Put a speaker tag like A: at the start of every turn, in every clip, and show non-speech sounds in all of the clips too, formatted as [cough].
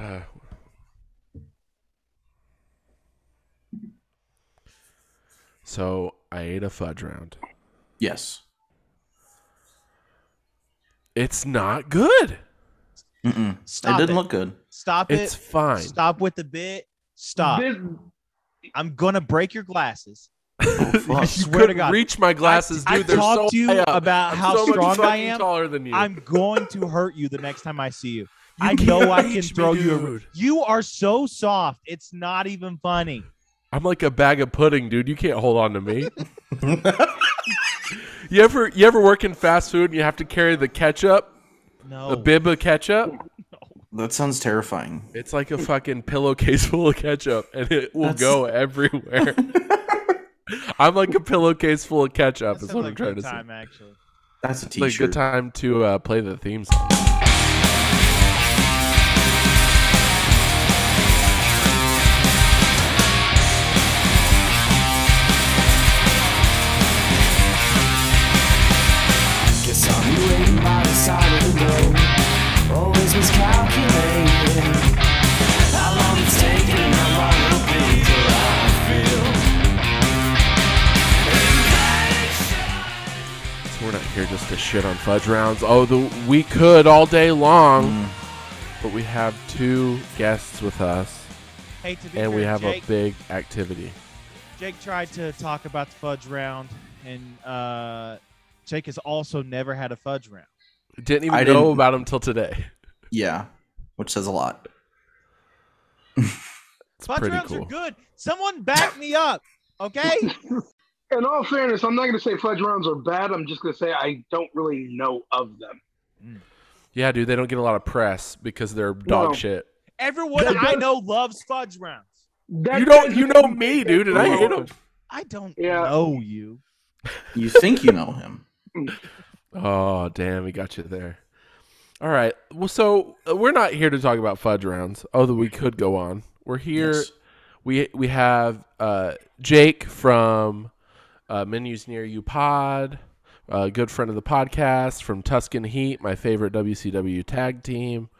A: Uh, So I ate a fudge round.
B: Yes.
A: It's not good.
B: Mm-mm. It
C: Stop
B: didn't
C: it.
B: look good.
C: Stop
A: It's
C: it.
A: fine.
C: Stop with the bit. Stop.
D: This,
C: I'm gonna break your glasses.
B: Oh,
A: [laughs]
B: fuck.
A: you
C: swear to
A: couldn't
C: God.
A: reach my glasses,
C: I,
A: dude.
C: I
A: They're so
C: talked to you
A: high up.
C: about
A: I'm
C: how
A: so much
C: strong I
A: fucking
C: am.
A: Taller than you.
C: I'm going to hurt you the next time I see you.
A: You
C: I know I
A: can't
C: can
A: reach me,
C: throw you. A,
A: dude.
C: you are so soft. It's not even funny.
A: I'm like a bag of pudding, dude. You can't hold on to me. [laughs] you ever you ever work in fast food and you have to carry the ketchup,
C: No.
A: the bib of ketchup?
B: That sounds terrifying.
A: It's like a fucking pillowcase [laughs] full of ketchup, and it will
B: That's-
A: go
B: [laughs]
A: everywhere. I'm like a pillowcase full of ketchup.
C: That
A: Is
C: sounds
A: what
C: like
A: I'm trying
C: good
A: to say.
C: time, actually.
B: That's a
A: It's like a good
B: t-shirt.
A: time to uh, play the theme song.
E: Guess I'm waiting by the side of the road, always miscalculating how long it's taking and how long it'll be till I feel.
A: So we're not here just to shit on fudge rounds. Oh, the, we could all day long,
B: Mm.
A: but we have two guests with us,
C: Hey, to be
A: and we
C: fair,
A: have
C: Jake,
A: a big activity.
C: Jake tried to talk about the fudge round, and uh, Jake has also never had a fudge round.
A: Didn't even
B: I
A: know
B: didn't-
A: about him till today. [laughs]
B: Yeah, which says a lot.
A: It's
C: fudge
A: pretty
C: rounds
A: cool.
C: are good. Someone back me up, okay?
D: in all fairness, I'm not going to say fudge rounds are bad. I'm just going to say I don't really know of them.
A: Yeah, dude, they don't get a lot of press because they're dog
D: No.
A: shit.
C: Everyone I know loves fudge rounds.
D: That
A: you don't,
D: doesn't
A: you know
D: mean
A: me,
D: that
A: dude, and I
D: they're
A: hate
D: wrong.
A: them.
C: I don't
D: Yeah.
C: know you.
B: You think you know him.
A: Oh, damn, we got you there. All right, well, so uh, we're not here to talk about fudge rounds. Although we could go on. We're here.
B: Yes.
A: We we have uh, Jake from uh, Menus Near You Pod, a good friend of the podcast from Tuscan Heat, my favorite WCW tag team,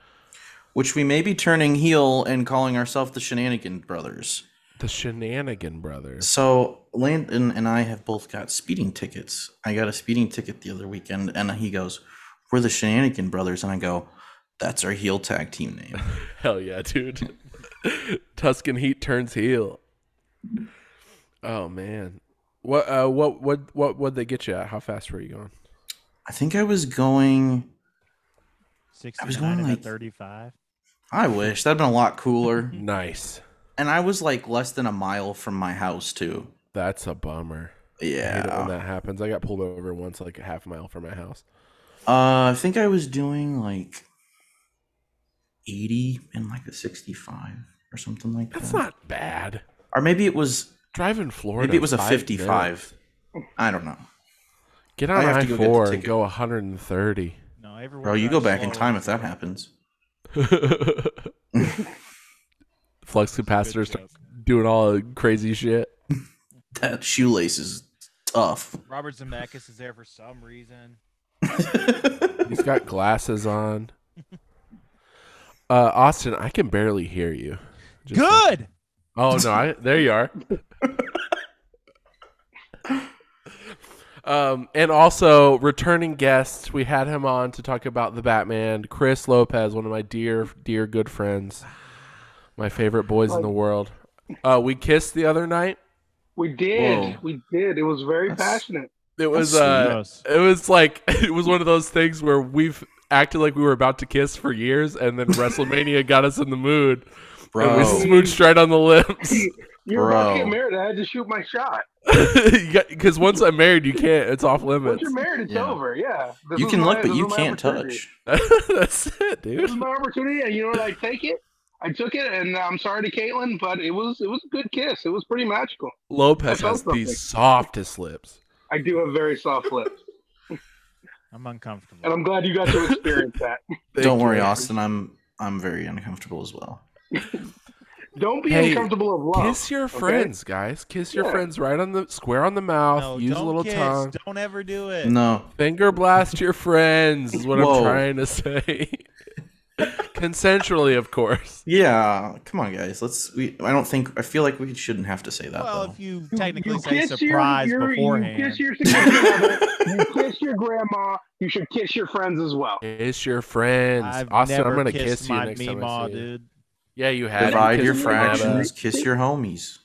B: Which we may be turning heel and calling ourselves the Shenanigan Brothers.
A: the Shenanigan Brothers.
B: So Landon and I have both got speeding tickets. I got a speeding ticket the other weekend, and he goes, "We're the Shenanigan Brothers," and I go, "That's our heel tag team name."
A: [laughs] Hell yeah, dude. [laughs] Tuscan Heat turns heel. Oh man. What uh what what what would they get you at? How fast were you going?
B: I think I was going.
C: Sixty-nine and
B: going
C: a
B: like-
C: thirty-five.
B: I wish that'd been a lot cooler.
A: Nice.
B: and I was like less than a mile from my house too.
A: That's a bummer. I hate it when
B: Yeah.
A: that happens. I got pulled over once like a half mile from my house.
B: Uh, I think I was doing like eighty and like a sixty-five or something like that.
A: That's not bad.
B: or maybe it was
A: Driving Florida.
B: maybe it was a
A: five minutes.
B: fifty-five. I don't know.
A: Get
B: I
A: on
B: have
A: I
B: to go get the
A: four and
B: ticket.
A: go 130.
B: [laughs]
C: No, everyone.
B: Bro, you
C: drives
B: go back in
C: slower.
B: time if that happens.
A: Flux capacitors start doing all the crazy shit.
B: That shoelace is tough.
C: Robert Zemeckis is there for some reason.
A: He's got glasses on. Uh, Austin, I can barely hear you. Just like-
C: Good.
A: oh no, I, there you are. um, and also returning guest, we had him on to talk about the Batman. Chris Lopez, one of my dear, dear good friends, my favorite boys
B: Oh.
A: in the world. Uh, we kissed the other night.
D: We did.
B: Whoa.
D: We did. It was very
B: That's-
D: passionate.
A: It was
B: That's
A: uh,
C: Gross.
A: It was like [laughs] it was one of those things where we've acted like we were about to kiss for years, and then [laughs] WrestleMania got us in the mood, and we
B: Bro.
A: smooched right on the lips.
D: You were about to get
B: Bro.
D: married. I had to shoot my shot.
A: [laughs] Because once I'm married, you can't. It's off
D: Once
A: limits.
D: you're married, it's
B: Yeah.
D: over. Yeah. This
B: You
D: is
B: can
D: my-
B: look, but
D: this
B: you
D: is my
B: can't
D: opportunity.
A: [laughs]
B: touch.
A: That's it,
D: This is
A: dude.
D: my opportunity, and you know what? I take it. I took it, and I'm sorry to Caitlin, but it was it was a good kiss. It was pretty magical.
A: Lopez
D: I felt
A: has the
D: something.
A: softest lips.
D: I do have very soft lips,
C: I'm uncomfortable.
D: and I'm glad you got to experience that.
A: Thank
B: Don't worry,
A: you.
B: Austin. I'm I'm very uncomfortable as well.
D: Don't be
A: Hey,
D: uncomfortable of love.
A: Kiss your friends, guys. Kiss your
D: Yeah.
A: friends right on the square on the mouth.
C: no,
A: Use a
C: don't
A: little
C: kiss.
A: tongue.
C: Don't ever do it.
B: No,
A: Finger blast your friends is what I'm
B: Whoa. [laughs]
A: trying to say. Consensually, of course.
B: Yeah, come on, guys. Let's. We. I don't think. I feel like we shouldn't have to say that.
C: Well,
B: though.
C: if you
D: You-
C: technically
D: you
C: say
D: kiss your-
C: surprise
D: your-
C: beforehand,
D: You kiss your significant other, you kiss your grandma, you should kiss your friends as well.
A: Kiss your friends,
C: I've
A: Austin.
C: never
A: I'm gonna
C: kissed
A: kiss you
C: my
A: next time I
C: meemaw,
A: see you.
C: dude.
A: Yeah, you had.
B: [laughs] divide
A: you
B: your
A: kissed Mama.
B: fractions, kiss your homies.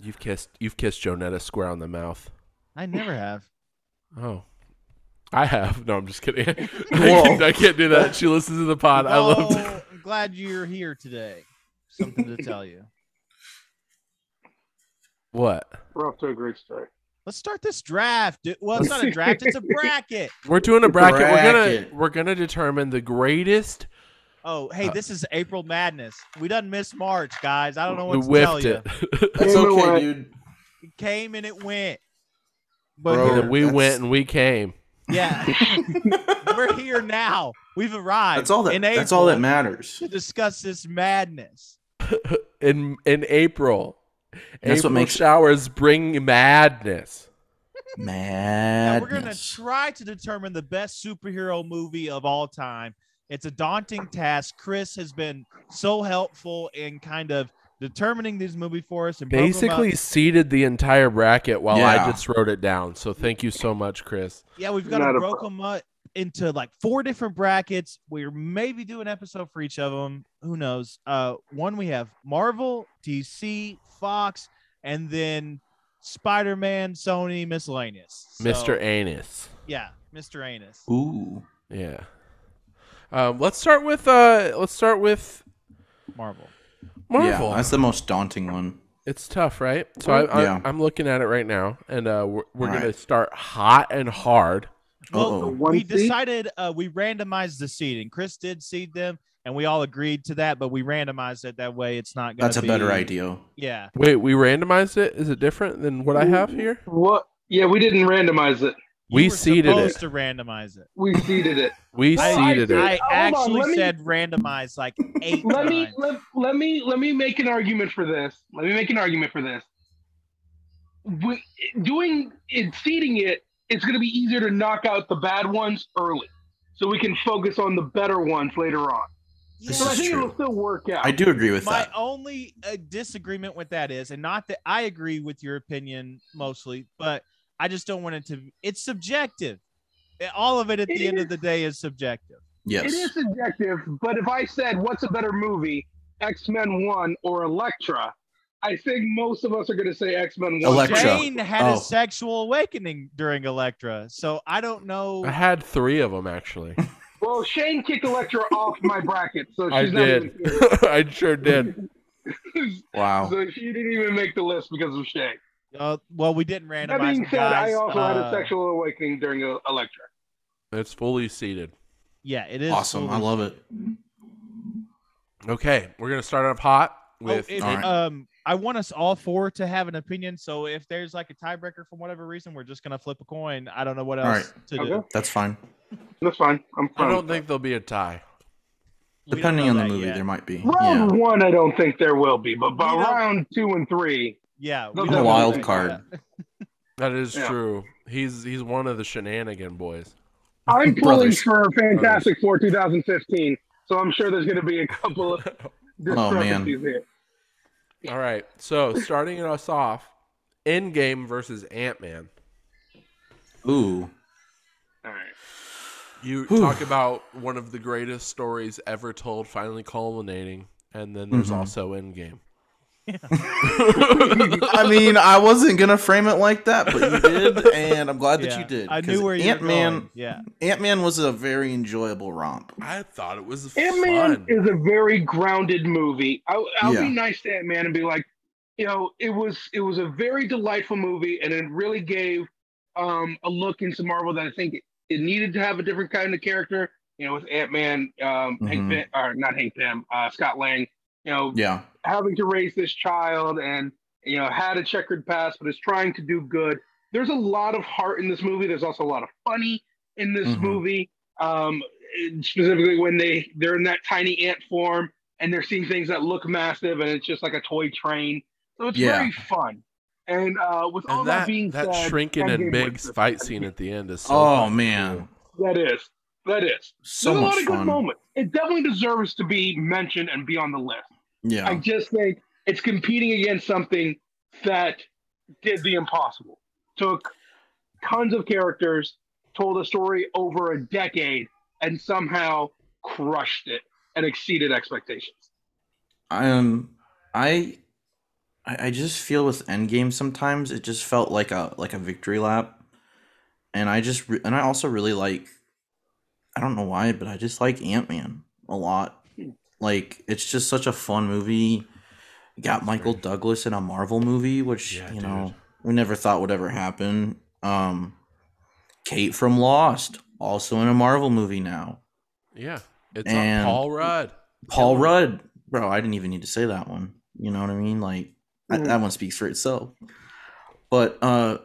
A: You've kissed. You've kissed Jonetta square on the mouth.
C: I never
B: [laughs]
C: have.
A: Oh, I have. No, I'm just kidding. [laughs] I,
B: Whoa.
A: can't, I can't do that. She listens to the pod. I love.
C: Oh, I'm glad you're here today. Something to tell you.
A: [laughs] What?
D: We're off to a great start.
C: Let's start this draft. dude. Well, it's not a draft;
A: [laughs]
C: it's a bracket.
A: We're doing a bracket. We're
B: Bracket.
A: gonna we're gonna determine the greatest.
C: Oh,
A: Uh,
C: hey, this is April Madness. We done missed March, guys. I don't know
A: we
C: what to tell
A: whiffed
C: you.
A: it. [laughs]
B: That's
D: You know
B: okay,
D: what?
B: dude.
C: It came and it went. But
B: Bro,
A: And we
B: that's-
A: went and we [laughs] came.
C: yeah,
B: [laughs]
C: we're here now. We've arrived.
B: That's all that.
C: in
B: That's all that
C: April
B: matters.
C: To discuss this madness.
A: in in April.
B: That's what
A: April
B: makes-
A: showers bring madness.
C: And we're going to
B: Madness.
C: try to determine the best superhero movie of all time. It's a daunting task. Chris has been so helpful in kind of determining these movies for us and broke 'em up.
A: Basically seeded the entire bracket while I
B: Yeah.
A: just wrote it down. So thank you so much, Chris.
C: Yeah, we've got
D: Not
C: them
D: a
C: broke them up into like four different brackets. We're maybe do an episode for each of them. Who knows? Uh, one we have Marvel, DC, Fox, and then Spider-Man, Sony, miscellaneous. So,
A: Mr. Anus.
C: Yeah, Mr. Anus.
B: Ooh.
A: Yeah. Um, let's start with uh let's start with
C: Marvel.
A: Marvel.
B: Yeah, that's the most daunting one.
A: it's tough, right? So I, I,
B: Yeah.
A: I'm looking at it right now, and uh, we're, we're
B: All
A: gonna
B: right.
A: start hot and hard.
B: Uh-oh.
C: Well,
D: One
C: we
D: seed?
C: decided uh, we randomized the seeding. Chris did seed them, and we all agreed to that. But we randomized it that way. It's not. Gonna
B: That's a
C: be-
B: better idea.
C: Yeah.
A: Wait, we randomized it. Is it different than what I have here?
D: What? Yeah, we didn't randomize it.
C: You
A: We
C: were
A: seeded it.
C: supposed to randomize it.
D: We
C: [laughs]
D: seeded it.
A: We
C: I-
A: seeded it.
C: I
D: Hold on,
C: actually
D: let me-
C: said randomized like eight
D: Let
C: times.
D: me let, let me let me make an argument for this. Let me make an argument for this. We, doing it, seeding it, it's going to be easier to knock out the bad ones early, so we can focus on the better ones later on.
B: This
D: So I
B: is
D: think
B: true.
D: it'll still work out.
B: I do agree with
C: My
B: that.
C: only uh, disagreement with that is, and not that I agree with your opinion mostly, but I just don't want it to. It's subjective. Uh, All of it at
D: It
C: the end
D: is.
C: of the day is subjective.
B: Yes.
D: It is subjective, but if I said what's a better movie, X Men One or Elektra, I think most of us are going to say X Men One.
B: Elektra.
C: Jane had
B: Oh.
C: a sexual awakening during Electra, so I don't know.
A: I had three of them actually.
D: Well, Shane kicked Elektra off my bracket, so she's
A: [laughs] I
D: not even
A: did. [laughs] I sure did.
D: here. [laughs]
B: Wow.
D: so she didn't even make the list because of Shane.
C: Uh, well, we didn't randomize.
D: That being
C: it,
D: said, I
C: guys.
D: also had a
C: Uh,
D: sexual awakening during uh, Elektra.
A: It's fully seated.
C: Yeah, it is
B: Awesome. I
C: fully
B: love it.
A: Okay, we're gonna start off hot
C: Oh,
A: with.
C: if-
B: All right.
C: um, I want us all four to have an opinion. So if there's like a tiebreaker for whatever reason, we're just gonna flip a coin. I don't know what
B: All
C: else to do.
D: Okay.
B: That's fine.
D: That's fine. I'm
A: I
D: fine.
A: don't think there'll be a tie.
C: We don't
B: Depending
C: know
B: on the
C: that
B: movie,
C: yet.
B: there might be.
D: round
B: Yeah.
D: one, I don't think there will be, but by
C: We don't-
D: round two and three,
C: yeah, we
D: That's
C: don't
D: a
C: know
B: wild
C: that
B: card.
C: yet.
A: That is
D: Yeah.
A: true. He's he's one of the shenanigan boys.
D: I'm pulling
B: Brothers.
D: for Fantastic Four 2015. So I'm sure there's going to be a
B: [laughs]
D: couple of
B: Oh, man.
D: discrepancies here.
A: All right, so starting us off, Endgame versus Ant Man.
B: Ooh. [laughs]
D: All right.
A: You
B: Whew.
A: talk about one of the greatest stories ever told, finally culminating, and then there's
B: Mhm.
A: also [laughs] Endgame.
B: I mean, I wasn't gonna frame it like that, but you
C: [laughs]
B: did, and I'm glad that
C: Yeah,
B: you did.
C: I knew where you
B: Ant Man.
C: Yeah,
B: Ant Man was a very enjoyable romp.
A: [laughs] I thought it was
D: Ant
A: fun.
D: Man is a very grounded movie. I, I'll
B: Yeah.
D: be nice to Ant Man and be like, you know, it was it was a very delightful movie, and it really gave um, a look into Marvel that I think it, it needed to have a different kind of character. You know, with Ant Man, um, Hank
B: Mhm.
D: Pym, or not Hank Pym, uh, Scott Lang. You know,
B: Yeah.
D: having to raise this child and you know had a checkered past but is trying to do good there's a lot of heart in this movie there's also a lot of funny in this
B: Mhm.
D: movie um, specifically when they they're in that tiny ant form and they're seeing things that look massive and it's just like a toy train so it's
B: Yeah.
D: very fun and uh, with all
A: And
D: that,
A: that
D: being
A: that
D: said
A: shrinking and
D: Endgame
A: big
D: was the-
A: fight scene at the end is so
B: Oh
A: fucking
B: man.
A: cool.
D: that is That is.
B: So
D: There's a
B: much
D: lot of good
B: fun.
D: moments. It definitely deserves to be mentioned and be on the list.
B: Yeah.
D: I just think it's competing against something that did the impossible. Took tons of characters, told a story over a decade, and somehow crushed it and exceeded expectations.
B: um i i I just feel with endgame sometimes it just felt like a like a victory lap and i just re- and i also really like i don't know why but i just like ant-man a lot
A: Hmm.
B: like it's just such a fun movie You got michael douglas in a marvel movie which
A: Yeah,
B: you
A: dude.
B: know we never thought would ever happen um kate from lost also in a marvel movie now
A: Yeah. It's
B: And-
A: on Paul Rudd.
B: Paul Rudd, bro. I didn't even need to say that one. You know what I mean? Like that- that one speaks for itself. But uh,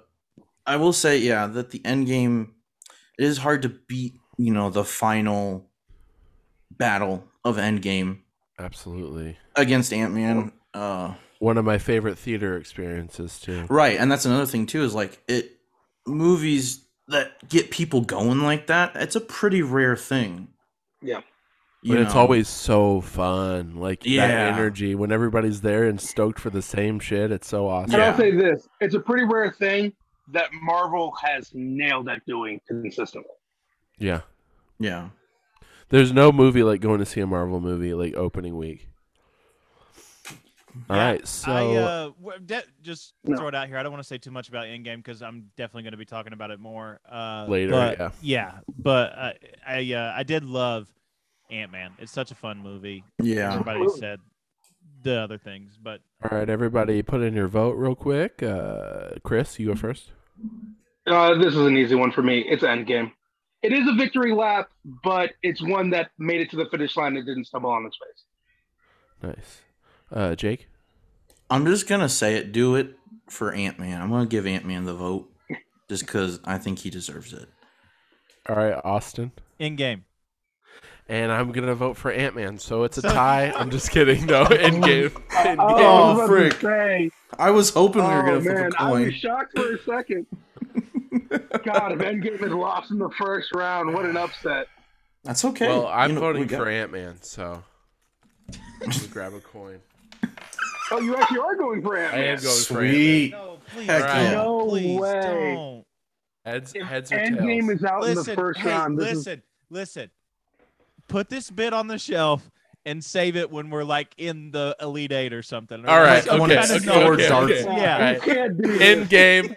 B: I will say, yeah, that the end game it is hard to beat. You know, the final battle of Endgame
A: Absolutely.
B: against Ant Man. Uh,
A: One of my favorite theater experiences too.
B: right, and that's another thing too. Is like it movies that get people going like that. It's a pretty rare thing.
D: Yeah.
B: You
A: But it's
B: know?
A: always so fun. Like
B: Yeah.
A: that energy when everybody's there and stoked for the same shit. It's so awesome.
D: And
B: Yeah.
D: I'll say this it's a pretty rare thing that Marvel has nailed at doing consistently.
A: Yeah.
B: yeah.
A: There's no movie like going to see a Marvel movie like opening week. All
C: Yeah,
A: right. So
C: I uh, w- de- just
D: No.
C: throw it out here. I don't want to say too much about Endgame because I'm definitely going to be talking about it more uh,
A: Later,
C: but-
A: yeah.
C: but uh, I uh, I did love Ant Man. It's such a fun movie.
B: Yeah.
C: Everybody
D: Absolutely.
C: said the other things, but
A: all right, everybody put in your vote real quick. Uh Chris, you go first.
D: Uh, this is an easy one for me. It's Endgame. It is a victory lap, but it's one that made it to the finish line and didn't stumble on its face.
A: Nice. Uh Jake?
B: I'm just gonna say it. Do it for Ant Man. I'm gonna give Ant Man the vote, just because I think he deserves it.
A: All right, Austin.
C: Endgame.
A: And I'm gonna vote for Ant Man, so it's a tie. I'm just kidddding. No, in game.
B: Oh,
D: I was about to
B: frick.
D: say.
B: I was hoping we were
D: Oh,
B: gonna
D: man,
B: flip a
D: I was
B: coin.
D: shocked for a
B: [laughs]
D: second. God, if Endgame is lost in the first round, what an upset.
B: That's okay.
A: Well, I'm
B: You know, we
A: voting
B: got-
A: for Ant Man, so I'm gonna grab a coin.
D: Oh, you actually are going for
A: I am
D: Ant-Man.
A: going for Ant-Man.
B: Sweet.
C: No, please,
B: Heck
C: don't.
B: yeah.
D: No
C: please
D: way.
C: don't.
A: Heads,
D: If
A: heads or
D: Endgame
A: tails.
D: is out in the
C: Listen,
D: first
C: hey,
D: round. This is-
C: listen, listen. Put this bit on the shelf and save it when we're like in the Elite Eight or something.
A: All right,
C: Like,
A: okay,
C: kinda
A: okay,
C: know.
A: okay, okay.
C: Yeah.
D: You can't do
A: in
D: this.
A: game.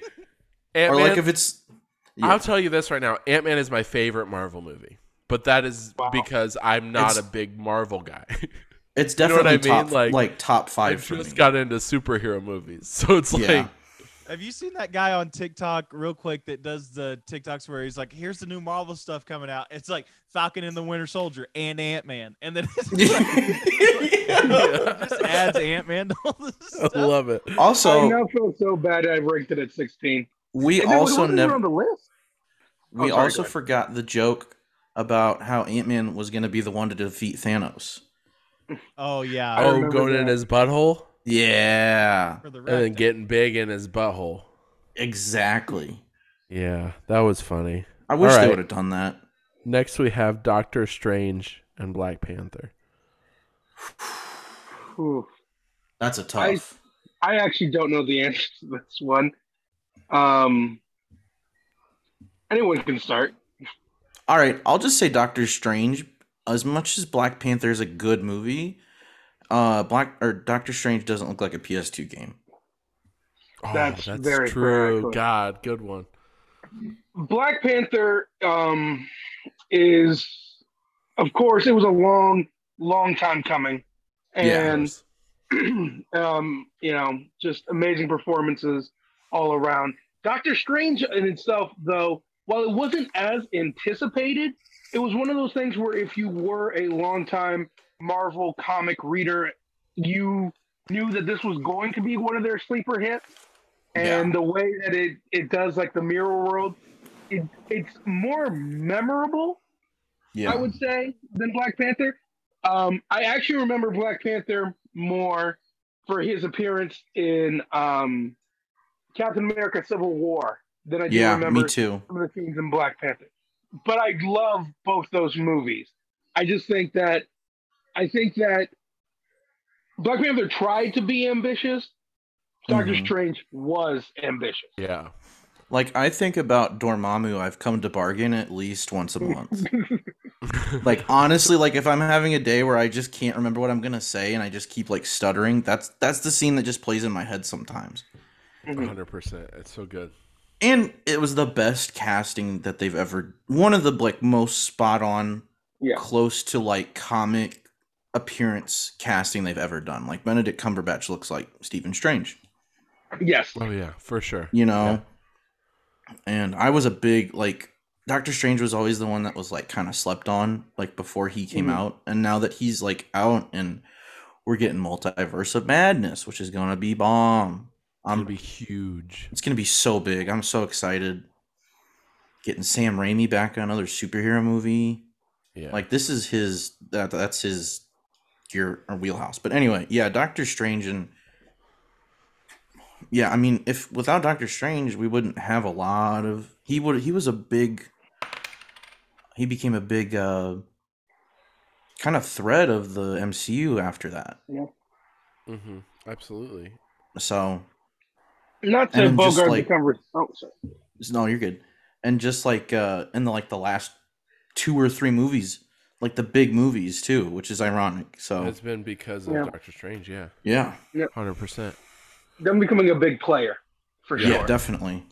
A: Ant
B: Or
A: Man.
B: like if it's yeah.
A: I'll tell you this right now. Ant Man is my favorite Marvel movie, but that is
D: Wow.
A: because I'm not
B: It's-
A: a big Marvel guy. [laughs]
B: it's
A: know what
B: definitely
A: I
B: top
A: mean?
B: like,
A: Like,
B: top
A: I
B: five for me.
A: just got into superhero movies, [laughs] so it's
B: yeah. [laughs]
A: like
C: Have you seen that guy on TikTok real quick that does the TikToks where he's like, here's the new Marvel stuff coming out? It's like Falcon and the Winter Soldier and Ant Man. And then
A: [laughs]
C: it's
B: [laughs]
C: like, just adds Ant Man to all this stuff.
A: I love it.
D: I
B: also,
D: now feel so bad I ranked it at 16.
B: we
D: And it
B: also
D: wasn't even
B: never
D: on the list.
B: we
D: Oh, sorry, go
B: also
D: ahead.
B: forgot the joke about how Ant Man was gonna be the one to defeat Thanos.
C: oh, yeah.
D: I
A: Oh,
D: remember
A: going in
D: that.
A: his butthole
B: Yeah.
C: For the
A: and then
C: rest.
A: getting big in his butthole.
B: Exactly.
A: Yeah, that was funny.
B: I wish
A: right.
B: they would have done that.
A: Next, we have Doctor Strange and Black Panther.
D: Ooh.
B: That's a
D: I-
B: tough.
D: I actually don't know the answer to this one. Um, anyone can start.
B: All right, I'll just say Doctor Strange. As much as Black Panther is a good movie, uh, Black or Doctor Strange doesn't look like a PS2 game.
A: Oh,
D: That's very fair,
A: true.
D: actually.
A: God, good one.
D: Black Panther um, is, of course, it was a long, long time coming, and [clears throat] um, you know, just amazing performances all around. Doctor Strange in itself, though, while it wasn't as anticipated, it was one of those things where if you were a longtime Marvel comic reader, you knew that this was going to be one of their sleeper hits. And the way that it, it does like the mirror world, it, it's more memorable
B: Yeah,
D: I would say, than Black Panther. Um, I actually remember Black Panther more for his appearance in um, Captain America: Civil War than I do
B: yeah,
D: remember
B: me too.
D: some of the scenes in Black Panther. but I love both those movies. I just think that I think that Black Panther tried to be ambitious. Doctor
B: Mhm.
D: Strange was ambitious.
A: Yeah.
B: Like I think about Dormammu, I've come to bargain at least once a
D: [laughs]
B: month. like honestly, like if I'm having a day where I just can't remember what I'm gonna say and I just keep like stuttering, that's that's the scene that just plays in my head sometimes.
A: Mm-hmm. 100%. It's so good.
B: And it was the best casting that they've ever one of the like most spot on,
D: Yeah.
B: close to like comic appearance casting they've ever done. Like Benedict Cumberbatch looks like Stephen Strange.
D: Yes.
A: Oh, yeah, for sure.
B: you know and i was a big like doctor strange was always the one that was like kind of slept on like before he came
D: Mhm.
B: out and now that he's like out and we're getting multiverse of madness which is gonna be bomb
A: I'm
B: i'm
A: going to be huge.
B: it's gonna be so big i'm so excited getting sam raimi back on another superhero movie
A: Yeah.
B: like this is his that that's his gear or wheelhouse. But anyway, yeah, Doctor Strange and yeah, I mean, if without Doctor Strange, we wouldn't have a lot of he would he was a big he became a big uh kind of thread of the MCU after that.
A: hmm Absolutely.
B: So
D: Not to
B: And just,
D: Bogart
B: like-
D: the cover. Oh, sorry.
B: no, you're good. And just like uh in the like the last two or three movies, like the big movies too, which is ironic. So
A: It's been because of
D: Yeah.
A: Doctor Strange. Yeah.
B: yeah.
A: 100%.
D: Them becoming a big player for
B: Yeah,
D: sure.
B: definitely.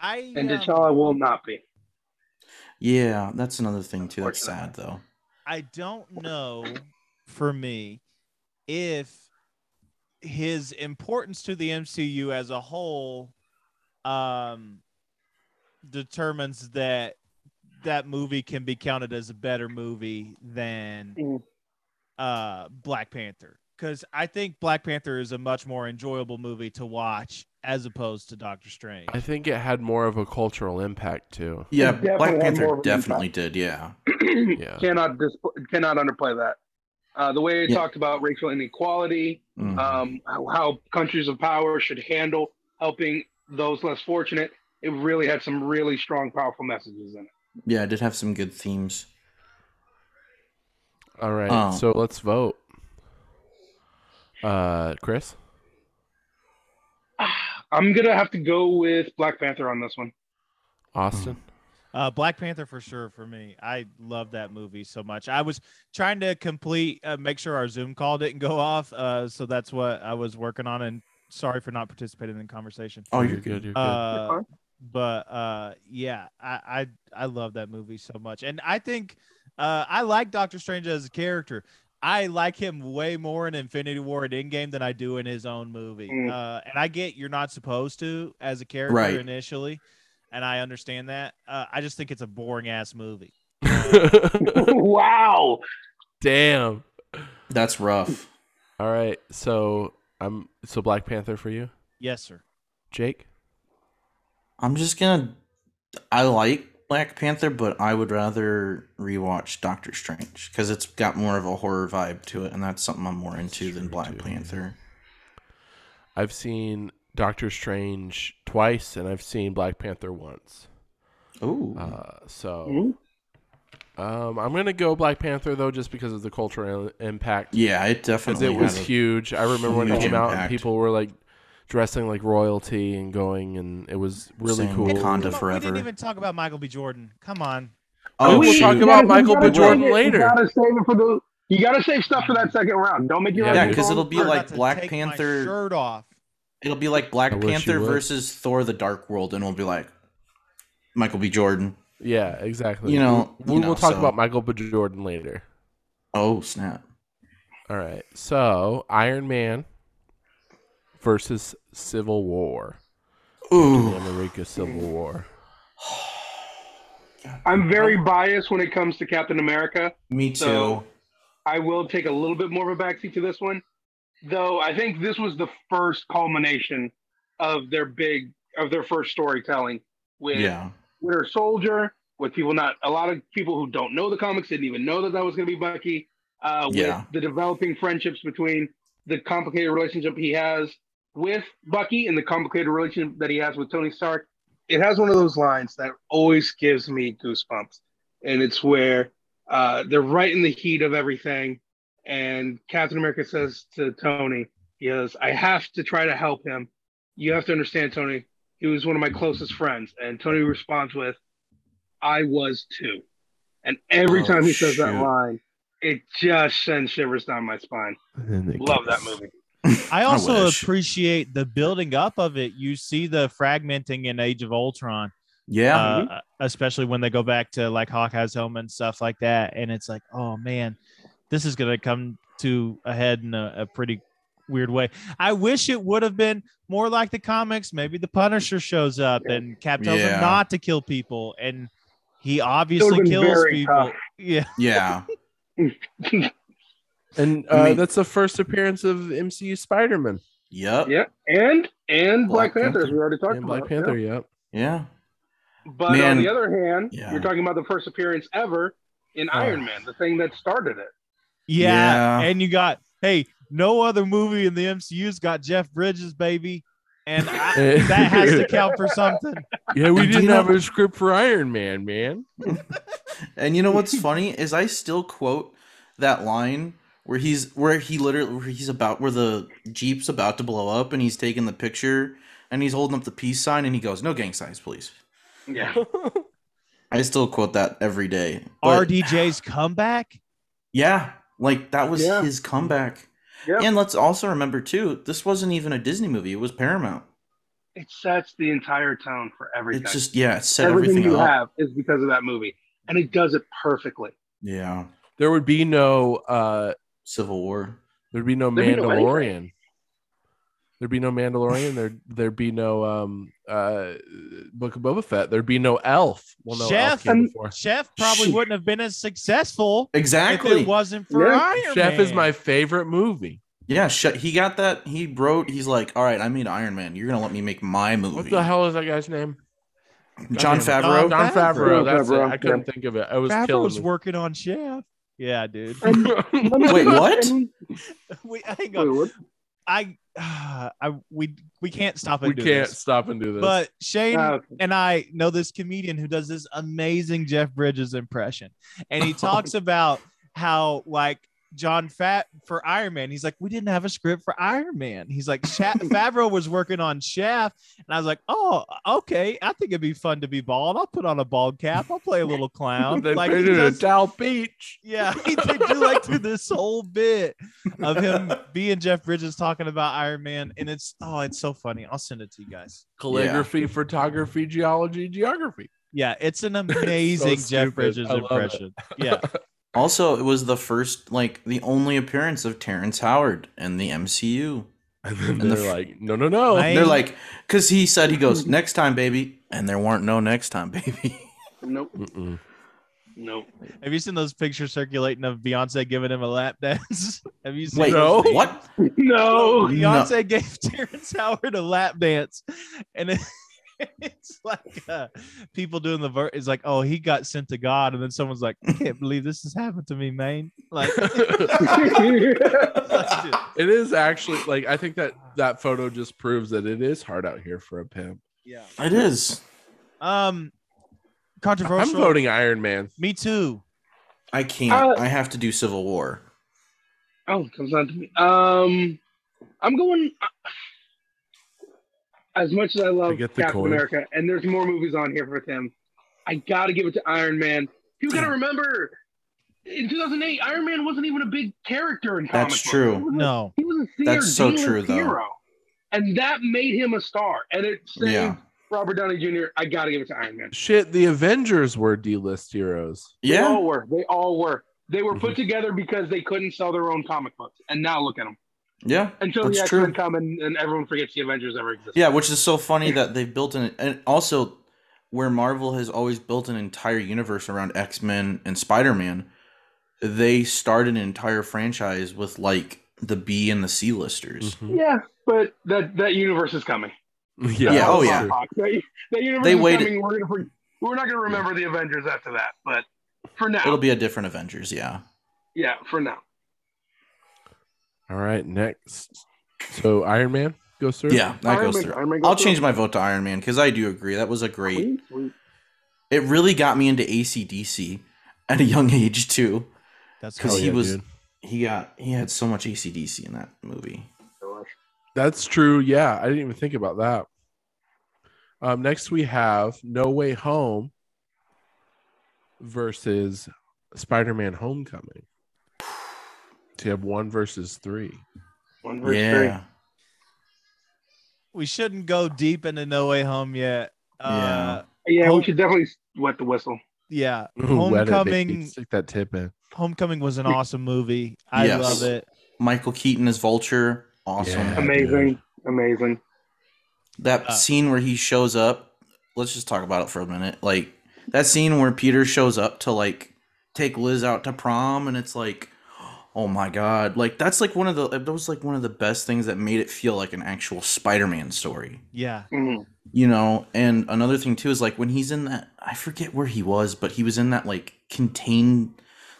C: I
D: and
C: um,
D: T'Challa will not be. [clears throat]
B: Yeah, that's another thing too. That's sad though.
C: I don't know for me if his importance to the MCU as a whole um determines that that movie can be counted as a better movie than
D: Mm.
C: uh Black Panther cuz I think Black Panther is a much more enjoyable movie to watch as opposed to Doctor Strange.
A: I think it had more of a cultural impact, too.
B: Yeah,
D: definitely
B: Black
D: had more
B: Panther
D: of an
B: definitely did. Yeah,
A: Yeah.
D: Cannot display, cannot underplay that. Uh, the way it
B: Yeah.
D: talked about racial inequality,
A: Mm-hmm.
B: Mhm.
A: Uh,
D: um, how, how countries of power should handle helping those less fortunate. It really had some really strong, powerful messages in it.
B: yeah, it did have some good themes.
A: All right.
B: Um,
A: so let's vote. Uh, Chris?
D: I'm gonna have to go with Black Panther on this one.
A: Austin?
B: Mm.
C: Uh, Black Panther for sure for me. I love that movie so much. I was trying to complete, uh, make sure our Zoom call didn't go off. Uh, so that's what I was working on. And sorry for not participating in the conversation.
B: Oh, you're good.
A: You're good.
C: Uh, but uh, yeah, I, I I love that movie so much, and I think uh, I like Doctor Strange as a character. I like him way more in Infinity War and Endgame than I do in his own movie.
D: Mm.
C: Uh, and I get you're not supposed to as a character
B: Right.
C: initially, and I understand that. Uh, I just think it's a boring ass movie.
D: [laughs]
B: Uh,
D: wow.
A: [laughs] Damn.
B: That's rough.
A: All right. So I'm so Black Panther for you,
C: Yes, sir.
A: Jake.
B: I'm just gonna. I like Black Panther, but I would rather rewatch Doctor Strange because it's got more of a horror vibe to it, and that's something I'm more into than
A: true,
B: Black
A: too.
B: Panther.
A: I've seen Doctor Strange twice, and I've seen Black Panther once.
B: Ooh,
A: Uh, so
B: Mm-hmm.
A: um, I'm gonna go Black Panther though, just because of the cultural i- impact.
B: yeah, it
A: because
B: definitely
A: it was
B: had a-
A: huge. I remember when it
B: huge
A: came out, and
B: impact.
A: people were like dressing like royalty and going, and it was really
B: Saying
A: cool.
B: Wakanda
C: Come on, We
B: forever.
C: didn't even talk about Michael B. Jordan. Come on.
B: Oh,
A: we'll
B: shoot.
A: talk about Michael B.
D: you gotta
A: Jordan
D: save it-
A: later.
D: You gotta save it for the. You gotta save stuff for that second round. Don't make your
A: Yeah,
D: own.
B: yeah,
A: dude.
B: because it'll be
C: I'm
B: like
C: about to
B: Black
C: take my
B: Panther.
C: shirt off.
B: It'll be like
A: I
B: Black
A: wish you
B: Panther
A: would.
B: versus Thor: The Dark World, and it'll be like Michael B. Jordan.
A: Yeah, exactly.
B: You know,
A: we,
B: you
A: will
B: know,
A: talk
B: so-
A: about Michael B. Jordan later.
B: Oh snap!
A: All right. So Iron Man versus Civil War. The
B: Ooh,
A: America Civil War.
D: I'm very biased when it comes to Captain America.
B: me too.
D: So- I will take a little bit more of a backseat to this one, though. I think this was the first culmination of their big of their first storytelling with
B: yeah, [laughs]
D: Winter Soldier. With people not a lot of people who don't know the comics didn't even know that that was going to be Bucky. Uh, with
B: Yeah.
D: the developing friendships between the complicated relationship he has with Bucky and the complicated relationship that he has with Tony Stark, it has one of those lines that always gives me goosebumps, and it's where uh, they're right in the heat of everything, and Captain America says to Tony, "He goes, I have to try to help him. You have to understand, Tony. He was one of my closest friends." And Tony responds with, "I was too." And every
B: Oh,
D: time he says that
B: shoot.
D: line, it just sends shivers down my spine. Love that movie.
C: I also
B: wish.
C: appreciate the building up of it. You see the fragmenting in Age of Ultron,
B: Yeah. Mm-hmm.
C: uh, especially when they go back to like Hawkeye's home and stuff like that. And it's like, oh man, this is going to come to a head in a, a pretty weird way. I wish it would have been more like the comics. Maybe the Punisher shows up and Cap tells
B: Yeah.
C: him not to kill people. And he
D: It
C: obviously
D: would've been
C: kills
D: very
C: people.
D: tough.
C: Yeah.
B: yeah.
A: And uh,
B: I mean-
A: that's the first appearance of MCU Spider-Man
B: Yep.
D: Yeah, and and Black,
B: Black
D: Panther, as
B: Panther.
D: we already talked
A: and
D: about.
A: Black Panther. Yep.
B: Yeah.
D: yeah. But on
B: Man.
D: the other hand,
B: Yeah. Ah.
D: you're talking about the first appearance ever in Iron Man, the thing that started it.
C: Yeah,
B: Yeah.
C: and you got hey, no other movie in the MCU's got Jeff Bridges, baby, and I, Uh, that has
B: [laughs]
C: to count for something.
A: Eh, [laughs] yeah, we
B: Do you
A: didn't
B: know-
A: have a script for Iron Man,
C: [laughs]
A: man.
B: And you know
A: [laughs]
B: what's funny is I still quote that line where he's where he literally where he's about where the jeep's about to blow up and he's taking the picture and he's holding up the peace sign and he goes no gang signs please.
D: Yeah.
B: I still quote that every day. But-
C: RDJ's comeback.
B: Yeah, like that was
D: Yeah.
B: his comeback.
D: Yeah.
B: And let's also remember too, this wasn't even a Disney movie; it was Paramount.
D: It sets the entire tone for everything.
B: It's just yeah, it set
D: everything,
B: everything,
D: you
B: up.
D: have is because of that movie. And it does it perfectly.
B: Yeah,
A: There would be no uh,
B: Civil War.
A: There'd be no
D: There'd be no
A: Mandalorian. There'd be no Mandalorian. there there'd be no um uh Book of Boba Fett. There'd be no Elf. Well, no Elf
C: Chef
A: came
D: and-
A: before.
C: Chef probably
B: Shoot.
C: wouldn't have been as successful if
B: Exactly.
C: it wasn't for
D: Yeah.
C: Iron
A: Chef is
C: Man.
A: my favorite movie.
B: Yeah, sh- he got that. He wrote. He's like, all right, I made Iron Man. You're gonna let me make my movie.
A: What the hell is that guy's name? Goddamn
B: John
A: it.
B: Favreau.
A: John Favreau.
D: Favreau.
A: That's it.
D: Favreau,
A: I couldn't think of it. I was
C: Favreau's
A: killing. Me.
C: working on Chef. Yeah, dude.
A: [laughs]
B: Wait, what?
C: [laughs] we, hang
D: Wait,
C: on.
D: what?
C: I, [sighs] uh, I, we, we can't stop and
A: we
C: do
A: can't
C: this.
A: stop and do this.
C: But Shane
D: Ah, okay.
C: and I know this comedian who does this amazing Jeff Bridges impression, and he talks about how like John Fat for Iron Man, he's like, we didn't have a script for Iron Man. He's like, Sha- Favreau was working on Shaft, and I was like, oh, okay, I think it'd be fun to be bald. I'll put on a bald cap. I'll play a little
A: [laughs] [laughs]
C: clown.
A: they
C: um, like,
A: made
C: he
A: it at
C: does-
A: Dow Beach.
C: [laughs] yeah, he did do like do this whole bit of him being Jeff Bridges talking about Iron Man, and it's oh, it's so funny. I'll send it to you guys.
A: Calligraphy, photography, geology, geography.
C: Yeah,
A: [laughs]
C: it's an amazing Jeff
A: stupid.
C: Bridges
A: I love it.
C: impression. Yeah.
B: Also, it was the first, like, the only appearance of Terrence Howard in the MCU.
A: And then
B: And the
A: they're
B: f-
A: like, no, no, no.
C: I-
B: They're like, because he said he goes next time, baby, and there weren't no next time, [laughs] baby.
D: Nope.
A: [laughs] Mm-mm.
D: Nope.
C: Have you seen those pictures circulating of Beyonce giving him a lap [laughs] dance? Have you seen
B: Wait,
A: No.
C: those pictures?
B: what?
D: [laughs] No.
C: Beyonce gave [laughs] Terrence Howard a lap dance, and it, [laughs] it's like uh, people doing the verse. It's like, oh, he got sent to God, and then someone's like, I can't believe this has happened to me, man.
A: [laughs]
C: Like,
D: Oh,
C: like, dude,
A: It is actually like I think that that photo just proves that it is hard out here for a pimp.
C: yeah.
B: It is.
C: Um,
A: I'm
C: controversial.
A: voting Iron Man.
C: Me too.
B: I can't.
D: Uh,
B: I have to do Civil War.
D: oh, it comes on to me. Um, I'm going. uh, As much as I love
A: I get the
D: Captain
A: coin.
D: America, and there's more movies on here with him, I gotta give it to Iron Man. You
B: Hmm.
D: gotta remember, in 2008, Iron Man wasn't even a big character in comic
B: That's
D: books.
B: true.
D: He was a
C: No.
D: He was a theater
B: That's so true, though.
D: hero, and that made him a star. And it saved
B: Yeah.
D: Robert Downey Jr. I gotta give it to Iron Man.
A: Shit, the Avengers were D-list heroes.
D: They
B: Yeah. Mm-hmm.
D: all were. They all were. They were put together because they couldn't sell their own comic books, and now look at them.
B: Yeah.
D: Until
B: That's
D: the X
B: true.
D: Men come and, and everyone forgets the Avengers ever existed.
B: Yeah, which is so funny that they've built an and also where Marvel has always built an entire universe around X Men and Spider Man, they started an entire franchise with like the B and the C listers.
D: Yeah, but that that universe is coming.
A: [laughs] Yeah.
B: Yeah, oh,
D: That's
B: yeah.
D: not Fox. That, that universe
B: They
D: is
B: waited-
D: coming. We're gonna for- we're not gonna remember the Avengers after that, but for now,
B: It'll be a different Avengers, yeah.
D: yeah, for now.
A: All right, next. So Iron Man. goes through?
B: Yeah, that
D: Iron
B: goes
D: Man-
B: through.
D: Iron Man
B: I'll
D: goes
B: change
D: through.
B: my vote to Iron Man because I do agree that was a great.
D: Sweet, sweet.
B: It really got me into ACDC at a young [laughs] age too
C: That's
B: because
A: Hell
C: cool.
B: he
A: yeah,
B: was
A: dude.
B: he got he had so much ACDC in that movie.
A: That's true. Yeah, I didn't even think about that. Um, next we have No Way Home versus Spider-Man: Homecoming. So you have one versus three.
D: One verse three.
B: yeah,
C: We shouldn't go deep into No Way Home yet. Uh,
D: Yeah,
C: Home-
D: we should definitely wet the whistle.
C: yeah.
A: Ooh, wet it, baby.
C: Homecoming.
A: Stick that tip in.
C: Homecoming was an awesome movie. I
B: Yes.
C: love it.
B: Michael Keaton as Vulture, awesome.
A: Yeah.
D: Amazing, amazing.
B: That
C: Uh,
B: scene where he shows up, let's just talk about it for a minute. Like that scene where Peter shows up to like take Liz out to prom and it's like oh my god. Like that's like one of the that was like one of the best things that made it feel like an actual Spider-Man story.
C: Yeah.
D: Mhm.
B: You know, and another thing too is like when he's in that I forget where he was, but he was in that like contained